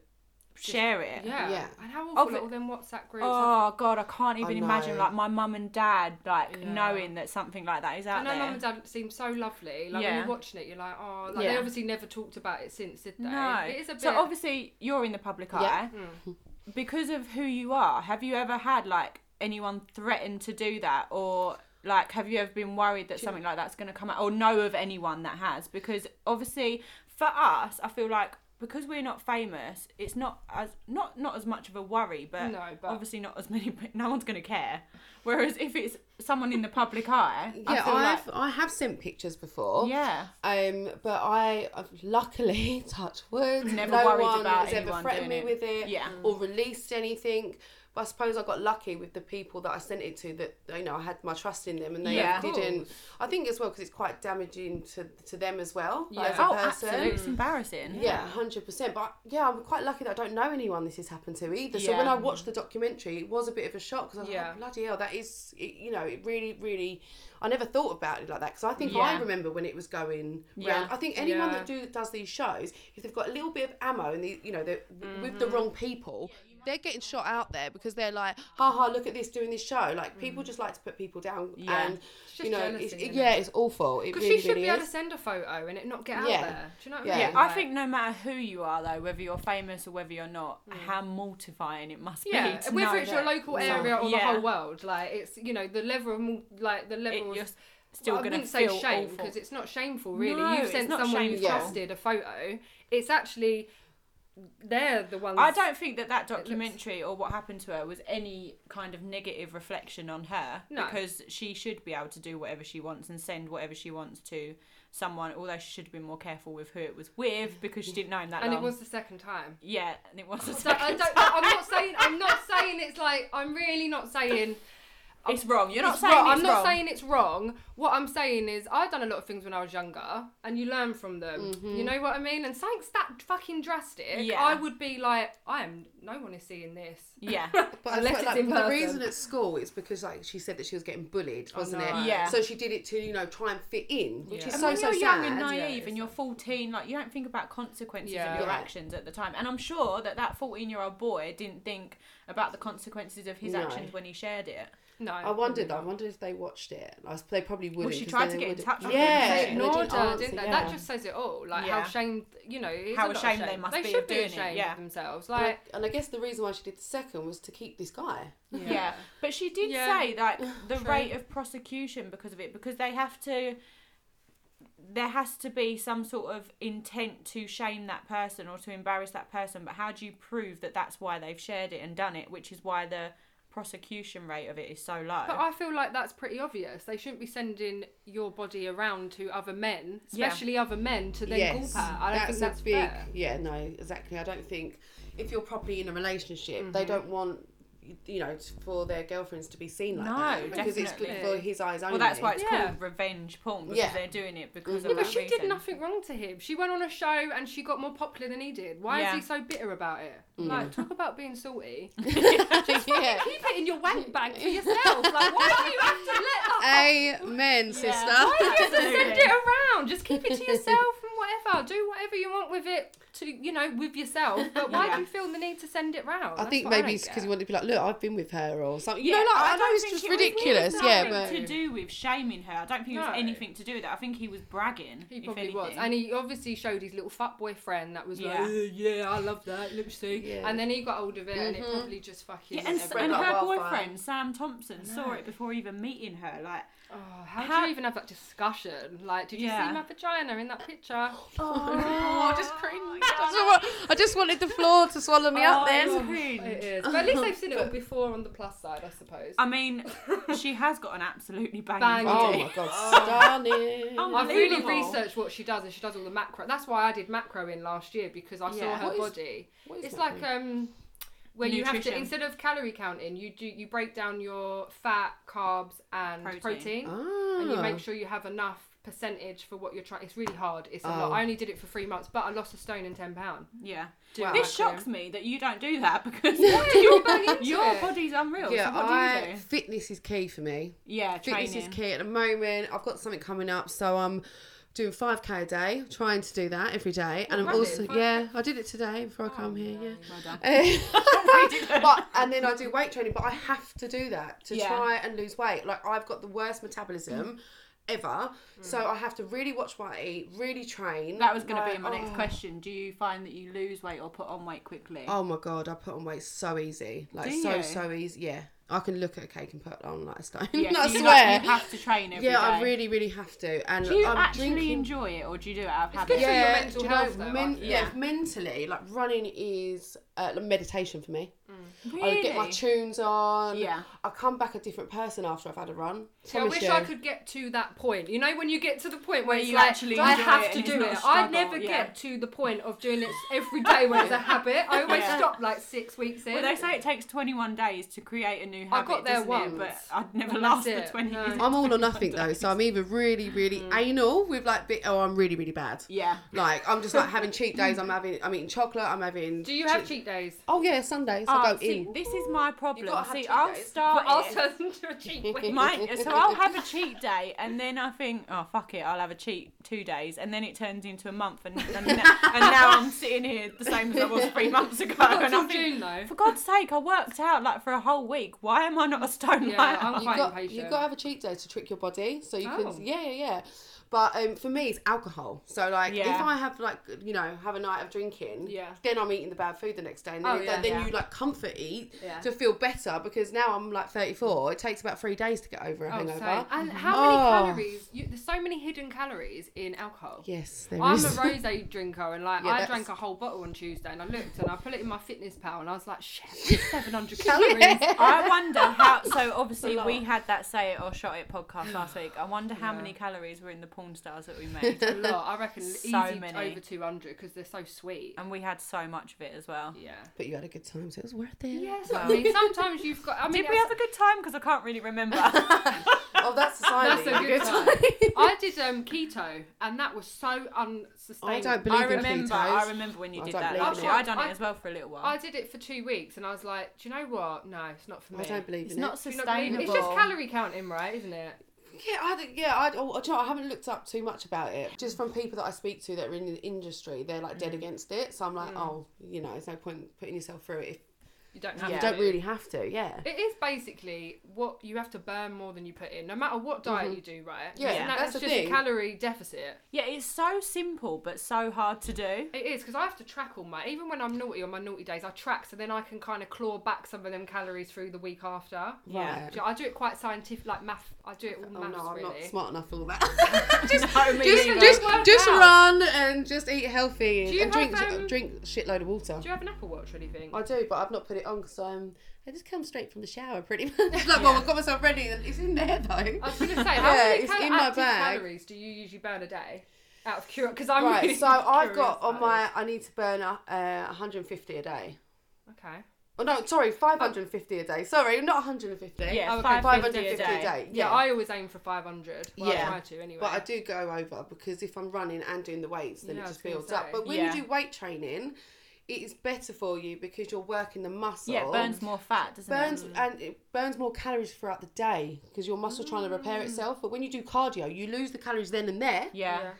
C: share it.
B: Yeah.
D: Yeah.
B: And how awful
C: Of
B: like,
C: it-
B: all them WhatsApp groups. are.
C: Oh God, I can't even imagine
D: know.
C: like my mum and dad like
B: Yeah.
C: knowing that something like that is out
B: I know
C: there.
B: mum and dad seem so lovely. Like when
C: Yeah.
B: you're watching it, you're like, oh, like, they
C: Yeah.
B: obviously never talked about it since, did they?
C: no,
B: It is a bit.
C: so obviously you're in the public eye
D: Yeah.
C: because of who you are. Have you ever had like anyone threaten to do that, or like have you ever been worried that something like that's going to come out, or know of anyone that has? Because obviously for us, I feel like because we're not famous, it's not as not not as much of a worry, but,
B: No, but-
C: obviously not as [laughs] many. No one's going to care. Whereas if it's someone in the public eye, I
D: Yeah,
C: feel
D: I
C: like-
D: have I have sent pictures before.
C: yeah.
D: Um, but I I've luckily [laughs] touch wood.
C: Never
D: no
C: worried
D: one
C: about
D: has ever
C: anyone
D: threatened me
C: doing it.
D: with it.
C: Yeah.
D: Or released anything. But I suppose I got lucky with the people that I sent it to that you know I had my trust in them and they
C: Yeah.
D: didn't. I think as well because it's quite damaging to to them as well like,
B: Yeah.
D: as a
C: Oh,
D: person.
C: absolutely. It's embarrassing.
D: Yeah, hundred percent. But yeah, I'm quite lucky that I don't know anyone this has happened to either. So
C: Yeah.
D: when I watched the documentary, it was a bit of a shock because I was
B: Yeah.
D: like, oh, bloody hell, that is, it, you know, it really, really. I never thought about it like that because I think I
C: Yeah.
D: remember when it was going
C: Yeah.
D: round. I think anyone
B: Yeah. Mm-hmm.
D: that do does these shows, if they've got a little bit of ammo and the, you know, they're w- with the wrong people, they're getting shot out there because they're like, haha, look at this doing this show. Like people just like to put people down,
C: Yeah.
D: and
B: Mm. It's
D: you
B: just
D: know,
B: jealousy,
D: it's, it-
B: isn't
D: yeah,
B: it?
D: it's awful. It
B: Because
D: really,
B: she should
D: really
B: be able to
D: is.
B: send a photo and it not get out
D: Yeah.
B: there. Do you know what I
D: Yeah.
B: mean?
C: Yeah,
B: Like-
C: I think no matter who you are, though, whether you're famous or whether you're not, how mortifying it must
B: Mm. Yeah,
C: be. to know
B: whether it's your
C: that
B: local area or
C: Yeah.
B: the whole world, like it's you know the level of mul- like the
C: it-
B: level
C: you're
B: of
C: still
B: well, I
C: going to
B: wouldn't say
C: feel
B: shame
C: awful.
B: because it's not shameful really.
C: No,
B: you
C: it's
B: sent
C: not
B: someone you
C: shameful.
B: trusted a photo. It's actually they're the ones.
C: I don't think that that
B: looks-
C: documentary or what happened to her was any kind of negative reflection on her
B: No.
C: because she should be able to do whatever she wants and send whatever she wants to someone. Although she should have been more careful with who it was with because she didn't know him that
B: And
C: long.
B: it was the
C: [laughs]
B: second time.
C: yeah, and it was. the
B: So
C: [laughs]
B: I
C: second
B: don't.
C: time.
B: I'm not saying. I'm not saying it's like. I'm really not saying.
C: It's wrong. You're not
B: it's
C: saying
B: wrong.
C: it's
B: I'm not
C: wrong.
B: saying it's wrong. What I'm saying is I've done a lot of things when I was younger, and you learn from them. You know what I mean? And something's that fucking drastic.
C: Mm-hmm. Yeah.
B: I would be like, I am. No one is seeing this. [laughs]
C: Yeah,
D: But
B: Unless
D: I feel
B: it's
D: like
B: in
D: the
B: person.
D: reason at school is because like she said that she was getting bullied, wasn't
B: no.
D: it?
C: Yeah.
D: So she did it to you know try and fit in, which
B: Yeah.
D: is
C: and
D: so
C: when
D: so
C: you're
D: sad.
C: young and
B: yeah,
C: naive
B: it's
C: and you're 14 like you don't think about consequences
B: Yeah.
C: of your
D: Yeah.
C: actions at the time and i'm sure that that 14 year old boy didn't think about the consequences of his
D: No.
C: actions when he shared it
B: No.
D: I wondered. I wondered if they watched it. I was, they probably wouldn't.
C: she
D: 'cause
C: tried to
D: then they
C: get in
D: would've-
C: touch with her and say
D: Yeah,
B: they
C: it.
D: and they
B: ignored
D: didn't
B: her,
D: answer,
B: didn't they?
D: yeah.
B: That just says it all. Like
C: Yeah.
B: how shamed, you know, it is
C: How
B: a lot of
C: ashamed they
B: shame.
C: must be
B: should
C: of
B: be
C: doing it,
B: ashamed
C: yeah.
B: of themselves.
D: And I-
B: Like,
D: and I guess the reason why she did the second was to keep this guy.
C: Yeah. But she did
B: Yeah.
C: say
D: [laughs]
C: like the
B: True.
C: rate of prosecution because of it because they have to there has to be some sort of intent to shame that person or to embarrass that person but how do you prove that that's why they've shared it and done it which is why the prosecution rate of it is so low.
B: But I feel like that's pretty obvious. They shouldn't be sending your body around to other men,
C: Yeah.
B: especially other men, to then yes, gulp her. I don't think that's
D: a big.
B: fair.
D: Yeah, no, exactly. I don't think if you're properly in a relationship, they don't want you know for their girlfriends to be seen like
C: No,
D: that because it's
B: definitely.
D: good for his eyes only.
C: well that's why it's
B: Yeah.
C: called revenge porn because
D: Yeah.
C: they're doing it because
D: Mhm.
C: of
B: Yeah, but
C: that
B: she
C: reason.
B: did nothing wrong to him. She went on a show and she got more popular than he did. Why
C: Yeah.
B: is he so bitter about it? Like, talk about being salty.
D: [laughs] yeah.
B: Mm. [laughs] Keep it in your wank bag [laughs] for yourself. Like, why do you have to let that
D: Amen, sister.
B: Why do you have to
C: Absolutely.
B: send it around? Just keep it to yourself and whatever. Do whatever you want with it to you know, with yourself. But why
C: Yeah.
B: do you feel the need to send it round?
D: I
B: That's
D: think
B: what
D: maybe
B: don't
D: it's because
B: get.
D: he wanted to be like, look, I've been with her or something. You know,
C: Yeah,
D: like, I, know
C: don't
D: it's
C: think
D: just
C: it was- it was
D: ridiculous. Yeah, but
C: nothing to do with shaming her. I don't think it was
B: No.
C: anything to do with that. I think he was bragging.
B: He
C: if
B: probably
C: anything.
B: was. And he obviously showed his little fat boyfriend that was like,
C: Yeah.
B: "Uh, yeah, I love that, let me see.
D: Yeah.
B: And then he got hold of it and it probably just fucking.
C: Yeah, and,
B: it
D: spread
C: and
B: broke
D: like
C: her
B: up.
D: wildfire.
C: boyfriend Sam Thompson saw it before even meeting her. Like,
B: oh, how,
C: How-
B: do you even have that discussion? Like, did you
C: Yeah.
B: see my vagina in that
D: [gasps]
B: picture?
D: oh, just cringe. [laughs] I just wanted the floor to swallow me up
C: Oh,
D: then.
B: It is. But at least
D: [laughs]
B: they've seen it all before on the plus side, I suppose.
C: I mean, she has got an absolutely banging.
B: Banging.
C: body.
D: [laughs] Oh my god, stunning.
C: Oh,
B: I've really
C: Unbelievable.
B: researched what she does, and she does all the macro. That's why I did macro in last year because I
C: Yeah.
B: saw her
D: What is-
B: body.
D: What is
B: it's
D: that
B: like
D: thing?
B: um, where you have to
C: Nutrition.
B: instead of calorie counting, you do you break down your fat, carbs, and
C: Protein.
B: protein,
D: ah.
B: and you make sure you have enough percentage for what you're trying. It's really hard. It's a lot.
D: Oh.
B: I only did it for three months, but I lost a stone and ten pound.
C: Yeah.
D: Wow.
C: This shocks me that you don't do that because
B: [laughs] you're bang into
C: your
B: it.
C: body's unreal.
D: Yeah,
C: so what do you
D: I,
C: do?
D: fitness is key for me.
C: Yeah,
D: Fitness
C: training.
D: is key at the moment. I've got something coming up, so I'm doing 5k a day, trying to do that every
C: Oh,
D: day. And I'm
B: running?
D: also, yeah, I did it today before I come here, yeah.
C: Well [laughs] done.
D: Eh, [laughs] but and then I do weight training, but I have to do that to
C: Yeah.
D: try and lose weight. Like I've got the worst metabolism
C: Mm.
D: ever, so I have to really watch what I eat, really train.
C: That was going to
D: Like,
C: be my next
D: oh.
C: question. Do you find that you lose weight or put on weight quickly?
D: Oh my god, I put on weight so easy, like
C: Do
D: so
C: you?
D: so easy. Yeah, I can look at a cake and put on like a stone.
C: yeah,
D: [laughs] I
C: so you,
D: swear.
C: Like, you have to train every day.
D: yeah, I really really have to. And
C: Do you
D: I'm
C: actually
D: drinking
C: enjoy it or do you do it out of
B: It's
C: habit?
B: good for your
D: yeah,
B: mental
D: do you know,
B: health though,
D: men-
B: aren't you?
D: yeah, mentally, like running is uh, like meditation for me. I get my
C: Really?
D: tunes on.
C: Yeah.
D: I come back a different person after I've had a run.
B: See, I
D: Promise
B: wish
D: you.
B: I could get to that point. You know, when you get to the point where,
C: Where
B: it's
C: you
B: like,
C: actually
B: I
C: enjoy it
B: have to
C: and
B: do
C: it's not
B: it.
C: a
B: I
C: struggle,
B: never
C: yeah.
B: get to the point of doing it
C: [laughs]
B: every day when it's a habit. I always
C: Yeah.
B: stop like six weeks in.
C: Well, they say it takes 21 days to create a new habit.
B: I got there
C: doesn't it?
B: once.
C: but I'd never
B: And
C: last
B: that's
C: for
B: it,
C: 20
B: no.
C: years.
D: I'm all
B: [laughs]
D: or nothing though, so I'm either really, really
B: Mm.
D: anal with like, bit, oh, I'm really, really bad.
C: Yeah.
D: Like I'm just
B: [laughs]
D: like having cheat days. I'm having, I'm eating chocolate. I'm having.
B: do you have cheat days?
D: Oh yeah, Sundays
C: Ah,
D: I go
C: see,
D: in.
C: this is my problem.
D: gotta have
C: See,
D: cheat
C: I'll
D: days.
B: but I'll
C: party.
B: turn to a
C: [laughs]
B: cheap way.
C: Mine, so I'll have a cheat day, and then I think, oh fuck it, I'll have a cheat two days, and then it turns into a month, and and, and now I'm sitting here the same as I was three months ago,
B: Not
C: and
B: till
C: I think,
B: June though.
C: for God's sake, I worked out like for a whole week. Why am I not a stone
B: Yeah,
C: liar?
B: I'm
D: [laughs] you
B: quite
D: got
B: impatient.
D: you got to have a cheat day to trick your body, so you
B: Oh.
D: can yeah yeah yeah. But um, for me, it's alcohol. So like,
C: Yeah.
D: if I have like you know have a night of drinking,
B: Yeah.
D: then I'm eating the bad food the next day, and then,
B: Oh,
D: it-
B: yeah.
D: then
C: Yeah.
D: you like comfort eat
B: Yeah.
D: to feel better because now I'm like 34. It takes about three days to get over a
B: Oh,
D: hangover.
B: so, and how many
D: Oh.
B: calories? You, there's so many hidden calories in alcohol.
D: Yes, there
B: I'm
D: is. [laughs]
B: a rosé drinker, and like
D: Yeah,
B: I
D: that's-
B: drank a whole bottle on Tuesday, and I looked and I put it in my fitness pal, and I was like, shit,
D: [laughs]
B: 700 calories.
C: [laughs] I wonder how. So obviously
D: lot.
C: we had that say it or shot it podcast last week. I wonder how
B: Yeah.
C: many calories were in the porn stars that we
B: [laughs]
C: made,
B: A lot, I reckon.
C: [laughs] So
B: easy
C: many. Oh.
B: over 200 because they're so sweet.
C: and we had so much of it as well.
B: Yeah.
D: But you had a good time, so it was worth it.
B: Yeah, that's what I mean. Sometimes you've got. I mean,
C: Did we have a good time? Because I can't really remember.
D: Oh, that's a sign.
B: that's
D: that
B: a
D: you
B: good
D: had
B: time. I did um, keto, and that was so unsustainable.
D: Oh, I don't believe
C: I
D: in
C: remember.
D: keto.
C: I remember when you
D: I
C: did
D: don't
C: that.
D: believe in
C: Actually,
B: it.
C: I done it
B: I-
C: as well for a little while.
B: I did it for two weeks, and I was like, do you know what? No, it's not for me.
D: I don't believe
C: it's
D: in
C: not
D: it.
B: Do you not believe
C: sustainable.
B: it? It's just calorie counting, right? Isn't it?
D: Yeah, I think, yeah, I, oh, do you know, what, I haven't looked up too much about it. Just from people that I speak to that are in the industry, they're like
B: Mm.
D: dead against it. So I'm like, oh, you know, there's no point putting yourself through it if
B: You don't have
C: Yeah.
D: you
B: to.
D: don't really have to. Yeah,
B: It is basically what you have to burn more than you put in, no matter what diet you do, right?
D: Mm-hmm. Yeah,
B: And
D: that's the
B: just a
D: thing.
B: calorie deficit.
C: Yeah, it's so simple but so hard to do.
B: It is because I have to track all my, even when I'm naughty on my naughty days, I track so then I can kind of claw back some of them calories through the week after. [laughs]
C: Yeah.
B: Do you- I do it quite scientific, like math. I do it all
D: Oh
B: maths
D: no, I'm
B: really.
D: not smart enough for all that.
B: [laughs]
C: No, me
D: just,
C: neither.
D: just,
B: Work
D: just
B: out.
D: run and just eat healthy
B: Do you
D: and drink
B: have, um,
D: drink shitload of water.
B: Do you have an Apple Watch or anything?
D: I do, but I've not put it on because I'm. I just come straight from the shower, pretty
B: [laughs]
D: much. like, well, I've got myself ready, and it's in there though.
B: I was
D: [laughs]
B: gonna say, how
D: Yeah,
B: many
D: it's
B: cal-
D: in my
B: active
D: bag.
B: calories do you usually burn a day? Out of curiosity, because I'm
D: right,
B: really [laughs]
D: so I've got
B: curious
D: on
B: about
D: my. I need to burn uh, 150 a day.
B: this. Okay.
D: Oh no, sorry, 550 a day. Sorry, not 150.
C: Yeah,
B: Oh, okay,
C: 550
D: 550
C: a day.
B: Yeah, I always aim for 500. Well, I
D: Yeah.
B: try to anyway.
D: But I do go over because if I'm running and doing the weights, then
B: Yeah, I
D: it
B: was
D: just
B: gonna
D: builds
B: say.
D: up. But when
C: Yeah.
D: you do weight training, it is better for you because you're working the muscle.
C: Yeah, it burns more fat, doesn't
D: Burns
C: it?
D: and it burns more calories throughout the day because your muscle trying to repair itself. But when you do cardio, you lose the calories then and there.
C: Mm. Yeah.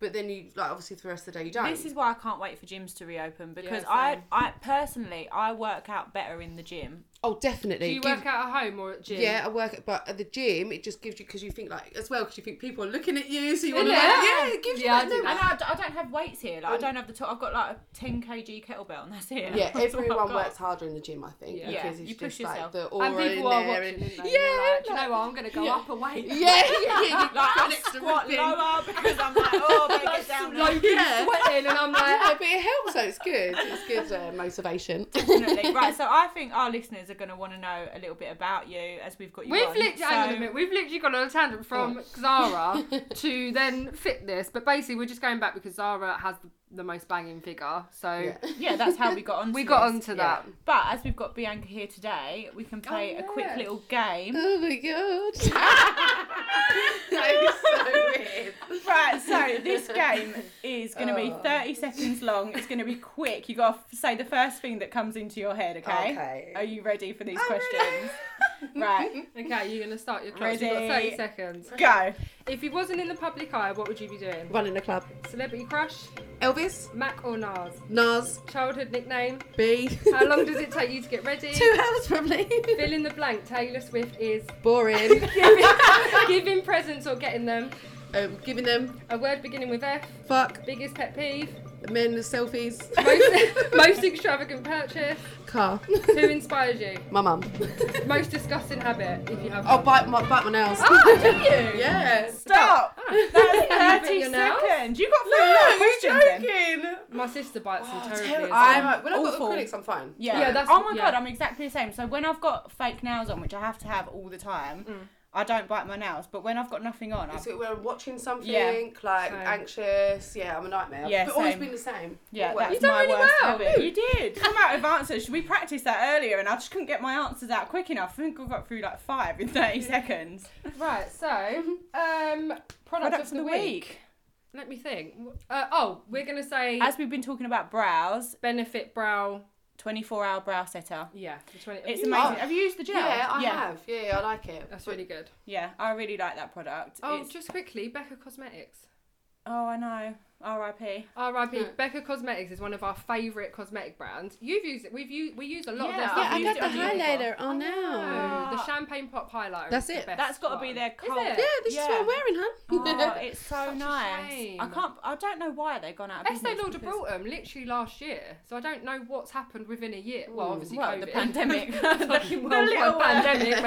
D: But then you like obviously for the rest of the day you don't.
C: This is why I can't wait for gyms to reopen because
B: Yeah,
C: I,
B: same.
C: I personally, I work out better in the gym.
D: oh, definitely.
B: Do you
D: Give-
B: work out at home or at gym?
D: Yeah, I work, at, but at the gym it just gives you because you think like as well because you think people are looking at you, so you want to
B: Yeah.
D: like yeah, it gives
B: Yeah, I
D: you
B: do
D: that.
C: And
D: no,
C: I, I don't have weights here. Like, I don't have the top. I've got like a 10 kg kettlebell and that's it.
D: Yeah,
C: [laughs] That's all I've
D: everyone
C: got.
D: works harder in the gym, I think,
B: Yeah.
C: Oh
D: because
C: Yeah,
D: it's
C: you push
D: just like
C: yourself.
D: the aura
B: And people
D: in
B: are
D: there.
B: watching,
D: and-
B: aren't they?
D: Yeah,
B: Yeah.
D: [laughs]
B: Like, Do you know
D: like-
B: what? I'm going to go
D: Yeah.
B: up a weight.
D: yeah, yeah, [laughs] yeah. you
C: Like,
D: got
C: I
D: an extra
C: squat
D: thing.
C: lower because I'm like, oh, better get down there.
B: Slowly
D: [laughs] Yeah.
B: sweating, and I'm
D: [laughs] Yeah,
B: like,
D: but it helps. So it's good. [laughs] It's good uh, motivation.
C: [laughs] Definitely.
D: [laughs]
C: Right, so I think our listeners are going to want to know a little bit about you as we've got you
B: we've
C: on.
B: literally,
C: so,
B: hang on a minute, we've literally gone on a tangent from [laughs] Zara to then fitness, but basically we're just going back because Zara has the, the most banging figure, so
D: Yeah.
C: Yeah, that's how we [laughs] got on.
B: we got
C: this.
B: onto that.
C: But as we've got Bianca here today, we can play
B: yeah.
C: a quick little [laughs] game.
D: Oh my god. [laughs] that is so weird.
C: right, so this game is going to be
D: Oh.
C: 30 seconds long. It's going to be quick. you got to say the first thing that comes into your head, okay?
D: Okay.
C: Are you ready for these [laughs]
D: I'm [laughs]
C: questions? right,
B: [laughs] Okay, you're going to start your clock. You've got
C: Ready.
B: 30 seconds.
C: go.
B: If you wasn't in the public eye, what would you be doing?
D: Running the club.
B: Celebrity crush,
D: Elvis,
B: Mac or Nas?
D: Nas,
B: Childhood nickname,
D: B.
B: how long does it take you to get [laughs] ready?
D: [laughs] Two hours probably.
B: Fill in the blank, Taylor Swift [laughs] is
D: Boring.
B: giving presents or getting them.
D: um, giving them
B: A word beginning with F.
D: fuck
B: Biggest pet peeve.
D: men selfies.
B: Most, [laughs] most extravagant purchase.
D: [laughs] Car.
B: Who inspires you?
D: My mum.
B: Most disgusting habit, if you have.
D: [laughs] Oh,
B: one.
D: bite my bite my nails.
B: Ah, do you?
D: Yes.
C: Stop! [laughs]
B: Ah.
C: That was
B: You bit
C: 30
B: your nails?
C: seconds. You got three more questions then.
B: My sister bites
D: Oh,
B: them terribly. as well.
C: I-
D: I'm when I've got
C: Oh, awful.
D: acrylics, I'm fine.
C: Yeah.
B: Yeah, that's-
C: oh my
B: yeah.
C: god, I'm exactly the same. So when I've got fake nails on, which I have to have all the time, I don't bite my nails. But when I've got nothing on, I,
D: Is it when I'm watching something,
C: Yeah.
D: like
B: Same.
D: anxious? Yeah, I'm a nightmare.
C: Yeah,
D: but always
C: same.
D: been the same.
C: yeah,
D: Always.
C: that's
B: done
C: my
B: really
C: worst
B: well.
C: habit. You did. I'm out of answers. We practiced that earlier, and I just couldn't get my answers out quick enough. I think I got through like five in 30 seconds.
B: Right, so um, product,
C: Products of the week.
B: Let me think. Uh, oh, we're gonna say
C: As we've been talking about brows,
B: benefit brow
C: 24 hour brow setter.
B: Yeah, the 20
C: It's
B: Ooh,
C: amazing.
D: Oh.
C: Have you used the gel?
D: Yeah, I
C: yeah.
D: have. Yeah, yeah, I like it.
B: That's
D: But-
B: really good.
C: Yeah, I really like that product.
B: Oh,
C: It's-
B: just quickly, Becca Cosmetics.
C: oh I know. R.I.P.
B: R.I.P.
D: Yeah.
B: Becca Cosmetics is one of our favourite cosmetic brands. You've used it. We've used. We use a lot
C: Yeah,
B: of
C: I've
B: their
C: Yeah,
B: stuff.
C: I used got it the on the highlighter
D: on
B: Oh,
C: now.
B: the champagne pop highlighter.
D: That's
B: is
D: it.
B: The best
C: That's got to
B: one.
C: be their
B: Is
C: colour.
B: it?
D: this is
C: Yeah.
D: what I'm wearing, [laughs] hun.
B: [laughs]
C: Oh, it's so
B: Such a
C: nice.
B: shame.
C: I can't. I don't know why they've gone out of business.
B: Estee Lauder
C: because-
B: brought them literally last year, so I don't know what's happened within a year. Well,
D: Mm.
B: obviously
C: Well,
B: COVID.
C: the
B: [laughs]
C: pandemic. [laughs]
B: fucking
C: The
B: worldwide
C: little one.
B: pandemic,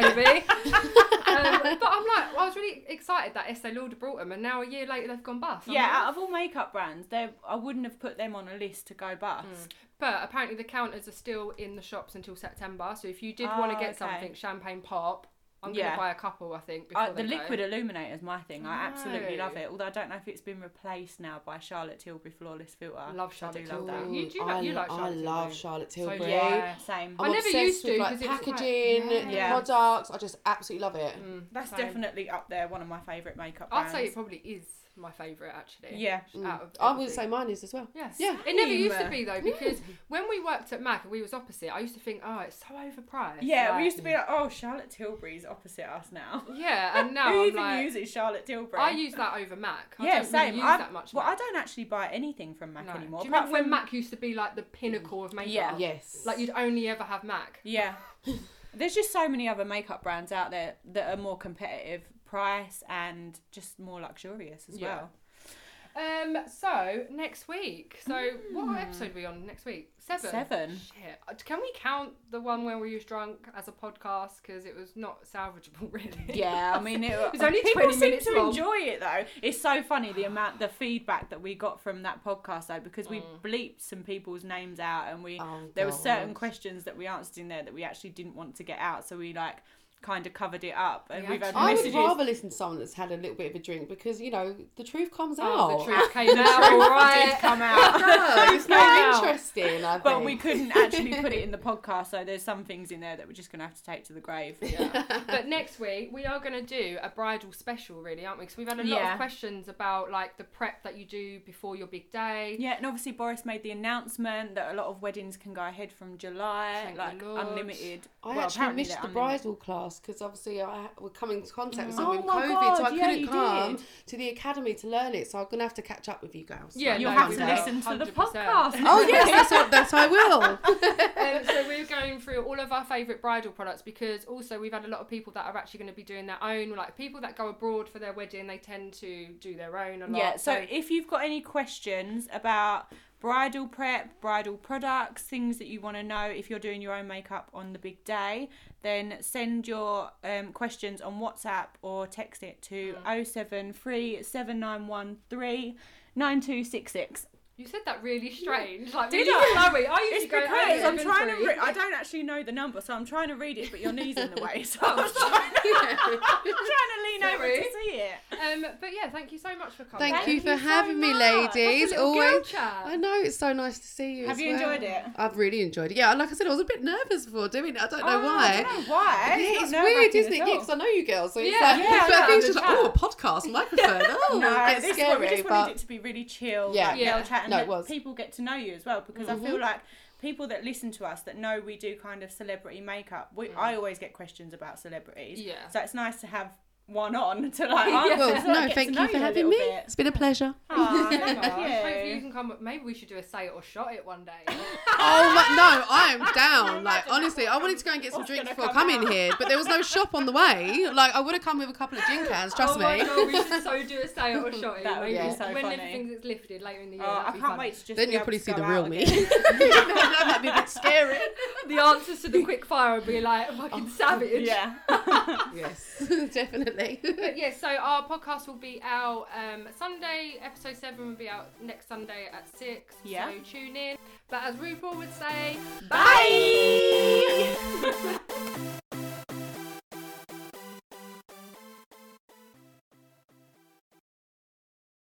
C: [laughs]
B: maybe. um, but I'm like, I was really excited that Estee Lauder brought them, and now a year later they've gone bust. I'm
C: Yeah,
B: like,
C: out of all makeup brands, they I wouldn't have put them on a list to go bust.
B: But apparently the counters are still in the shops until September. So if you did
C: Oh,
B: want to get
C: okay.
B: something, champagne pop. I'm
C: Yeah.
B: gonna buy a couple, I think. Before
C: I, the
B: they go.
C: liquid illuminator is my thing. I absolutely
B: No.
C: love it. Although I don't know if it's been replaced now by Charlotte Tilbury Flawless Filter.
B: I love
C: I do
B: Charlotte
C: love that.
B: Tilbury. You do like, you like
D: I
B: Charlotte
D: love
B: Tilbury.
D: Charlotte
B: do
D: Tilbury.
B: I.
C: Yeah, same.
D: I'm
B: I never
D: obsessed
B: used to,
D: with
B: 'cause
D: like
B: it's like-
D: packaging,
B: Yeah.
C: Yeah.
D: products. I just absolutely love it.
B: Mm.
C: That's
B: Same.
C: definitely up there. One of my favourite makeup
B: I'd
C: brands.
B: say it probably is my favourite actually.
C: yeah.
D: Mm.
B: Out of
D: I would
B: everything.
D: say mine is as well.
B: Yes.
D: Yeah.
B: It never
C: Same.
B: used to be though because when we worked at Mac and we was opposite, I used to think, oh, it's so overpriced.
C: Yeah, we
B: Like-
C: used to be like, oh, Charlotte Tilbury's opposite us now.
B: [laughs] Yeah,
C: [laughs]
B: and now
C: Who
B: I'm
C: even
B: like,
C: uses Charlotte Tilbury?
B: I use that over Mac. I
C: Yeah,
B: don't
C: same.
B: Really use
C: I'm-
B: that much.
C: well, I
B: Mac.
C: don't actually buy anything from Mac
B: No.
C: anymore.
B: Do you
C: apart
B: remember when
C: from-
B: Mac used to be like the pinnacle of makeup?
C: Yeah.
D: [laughs] Yes.
B: Like you'd only ever have Mac.
C: Yeah. There's just so many other makeup brands out there that are more competitive price and just more luxurious as
B: Yeah.
C: well.
B: Um. So next week. So what episode are we on next week? Seven.
C: Seven.
B: Shit. Uh, Can we count the one where we was drunk as a podcast because it was not salvageable [laughs] really?
C: Yeah, I [laughs] mean, it,
B: It's only
C: people
B: 20
C: seem
B: minutes
C: to
B: long.
C: enjoy it though. It's so funny the amount, the feedback that we got from that podcast though, because we bleeped some people's names out and we
D: Oh,
C: there were certain
D: God.
C: questions that we answered in there that we actually didn't want to get out, so we like kind of covered it up and
B: We
C: we've had
B: actually-
D: I
C: messages.
D: would rather listen to someone that's had a little bit of a drink because you know the truth comes out.
B: Oh, the truth came out.
C: truth
B: All
C: did
B: right.
C: come out.
D: [laughs]
C: [laughs]
D: No, [laughs] it's more
B: out.
D: interesting. I think.
C: But we couldn't actually put it in the podcast, so there's some things in there that we're just gonna have to take to the grave.
B: Yeah. [laughs]
C: [laughs]
B: but next week we are going to do a bridal special, really, aren't we? Because we've had a lot
C: Yeah.
B: of questions about like the prep that you do before your big day.
C: Yeah, and obviously Boris made the announcement that a lot of weddings can go ahead from July,
B: Thank the
C: like
B: Lord.
C: unlimited.
D: I
C: well,
D: actually
C: apparently
D: missed
C: they're
D: the
C: unlimited.
D: bridal class because obviously I ha- would come into contact with
C: Oh
D: someone with
C: my
D: COVID, so
C: God,
D: I
C: yeah,
D: couldn't
C: you
D: come
C: did.
D: to the academy to learn it. So I'm gonna have to catch up with you girls.
B: Yeah,
C: You'll
B: no,
C: have
B: we
C: to
B: will,
C: listen to the
B: 100%.
C: podcast.
D: Oh
C: [laughs]
D: yes, that's what that's what I will.
B: um, so we're going through all of our favourite bridal products because also we've had a lot of people that are actually going to be doing their own. Like people that go abroad for their wedding, they tend to do their own a lot.
C: Yeah, so if you've got any questions about bridal prep, bridal products, things that you want to know if you're doing your own makeup on the big day, then send your um, questions on WhatsApp or text it to
B: Mm.
C: 073 7913 9266.
B: you said that really strange. Like
C: Did
B: [laughs] really
C: I?
B: flowy. I used
C: It's
B: to go.
C: because I'm trying to
B: "Oh,
C: re- I don't actually know the number, so I'm trying to read it, but your knee's
B: [laughs]
C: in the way, so I'm trying to, I'm trying to lean over
B: Oh, Sorry.
C: to see it.
B: Um, but yeah, thank you so much for coming.
D: Thank,
C: Thank
D: you for
C: you so
D: having me,
C: much.
D: ladies.
B: That's a little girl
D: Always.
B: chat.
D: I know it's so nice to see you.
C: Have
D: as
C: you
D: well.
C: enjoyed it?
D: I've really enjoyed it. Yeah, like I said, I was a bit nervous before doing it. I don't know
C: Oh,
D: why.
C: I don't know why.
D: Yeah, it's,
C: not
D: weird,
C: nerve-wracking
D: isn't it?
C: at
D: Yeah,
C: all.
D: because I know you girls, so it's
B: Yeah,
D: like,
C: yeah,
D: [laughs] but I
B: yeah,
D: think
B: the
D: it's just like,
B: chat.
D: oh, a
C: [laughs]
D: podcast microphone, oh,
C: No,
D: it's
C: this one, we
D: scary,
C: just
D: but
C: wanted it to be really chill,
D: Yeah.
C: like
B: Yeah.
C: girl chat, and
D: No, it
C: that
D: was. Mm-hmm.
C: people get to know you as well. Because I feel like people that listen to us that know we do kind of celebrity makeup, we, I always get questions about celebrities.
B: Mm. Yeah.
C: So it's nice to have one on [laughs] to
B: [laughs]
C: like answer.
D: [laughs] well,
C: so I get
D: no,
C: to
D: thank
C: know
D: you for
C: a
D: having
C: little
D: me.
C: bit.
D: It's [laughs] been
C: [laughs]
D: a pleasure.
C: Aw,
B: Thank you. Oh, Hopefully you
C: thank you.
B: can come. Maybe we should do a say it or shot it one day.
C: [laughs]
D: Oh my, no, I am down. Like
C: Imagine
D: honestly,
C: that's
D: I wanted to go and get some
C: what's
D: drinks
C: gonna
D: before
C: come
D: coming here, but there was no shop on the way. Like I would have come with a couple of gin cans, trust
B: oh
D: me.
B: my god,
C: [laughs]
B: we should so do a say it or shot it.
C: That would
B: Maybe
D: be
C: so
B: when
C: funny.
B: everything's lifted later in the year.
C: Oh, I
B: that'd be
C: can't
B: fun.
C: wait to just.
D: Then
C: be
D: you'll
C: able
D: probably
C: to
D: see
C: go
D: the
C: out
D: real
C: again. [laughs]
D: me. that might be a bit scary.
B: [laughs] The answers to the quick fire would be like
C: [laughs]
B: fucking [laughs] savage.
C: Yeah.
D: [laughs] Yes, [laughs] definitely.
B: But yeah, so our podcast will be out um, Sunday. Episode seven will be out next Sunday at six.
C: Yeah.
B: So tune in. But as RuPaul would say,
C: Bye.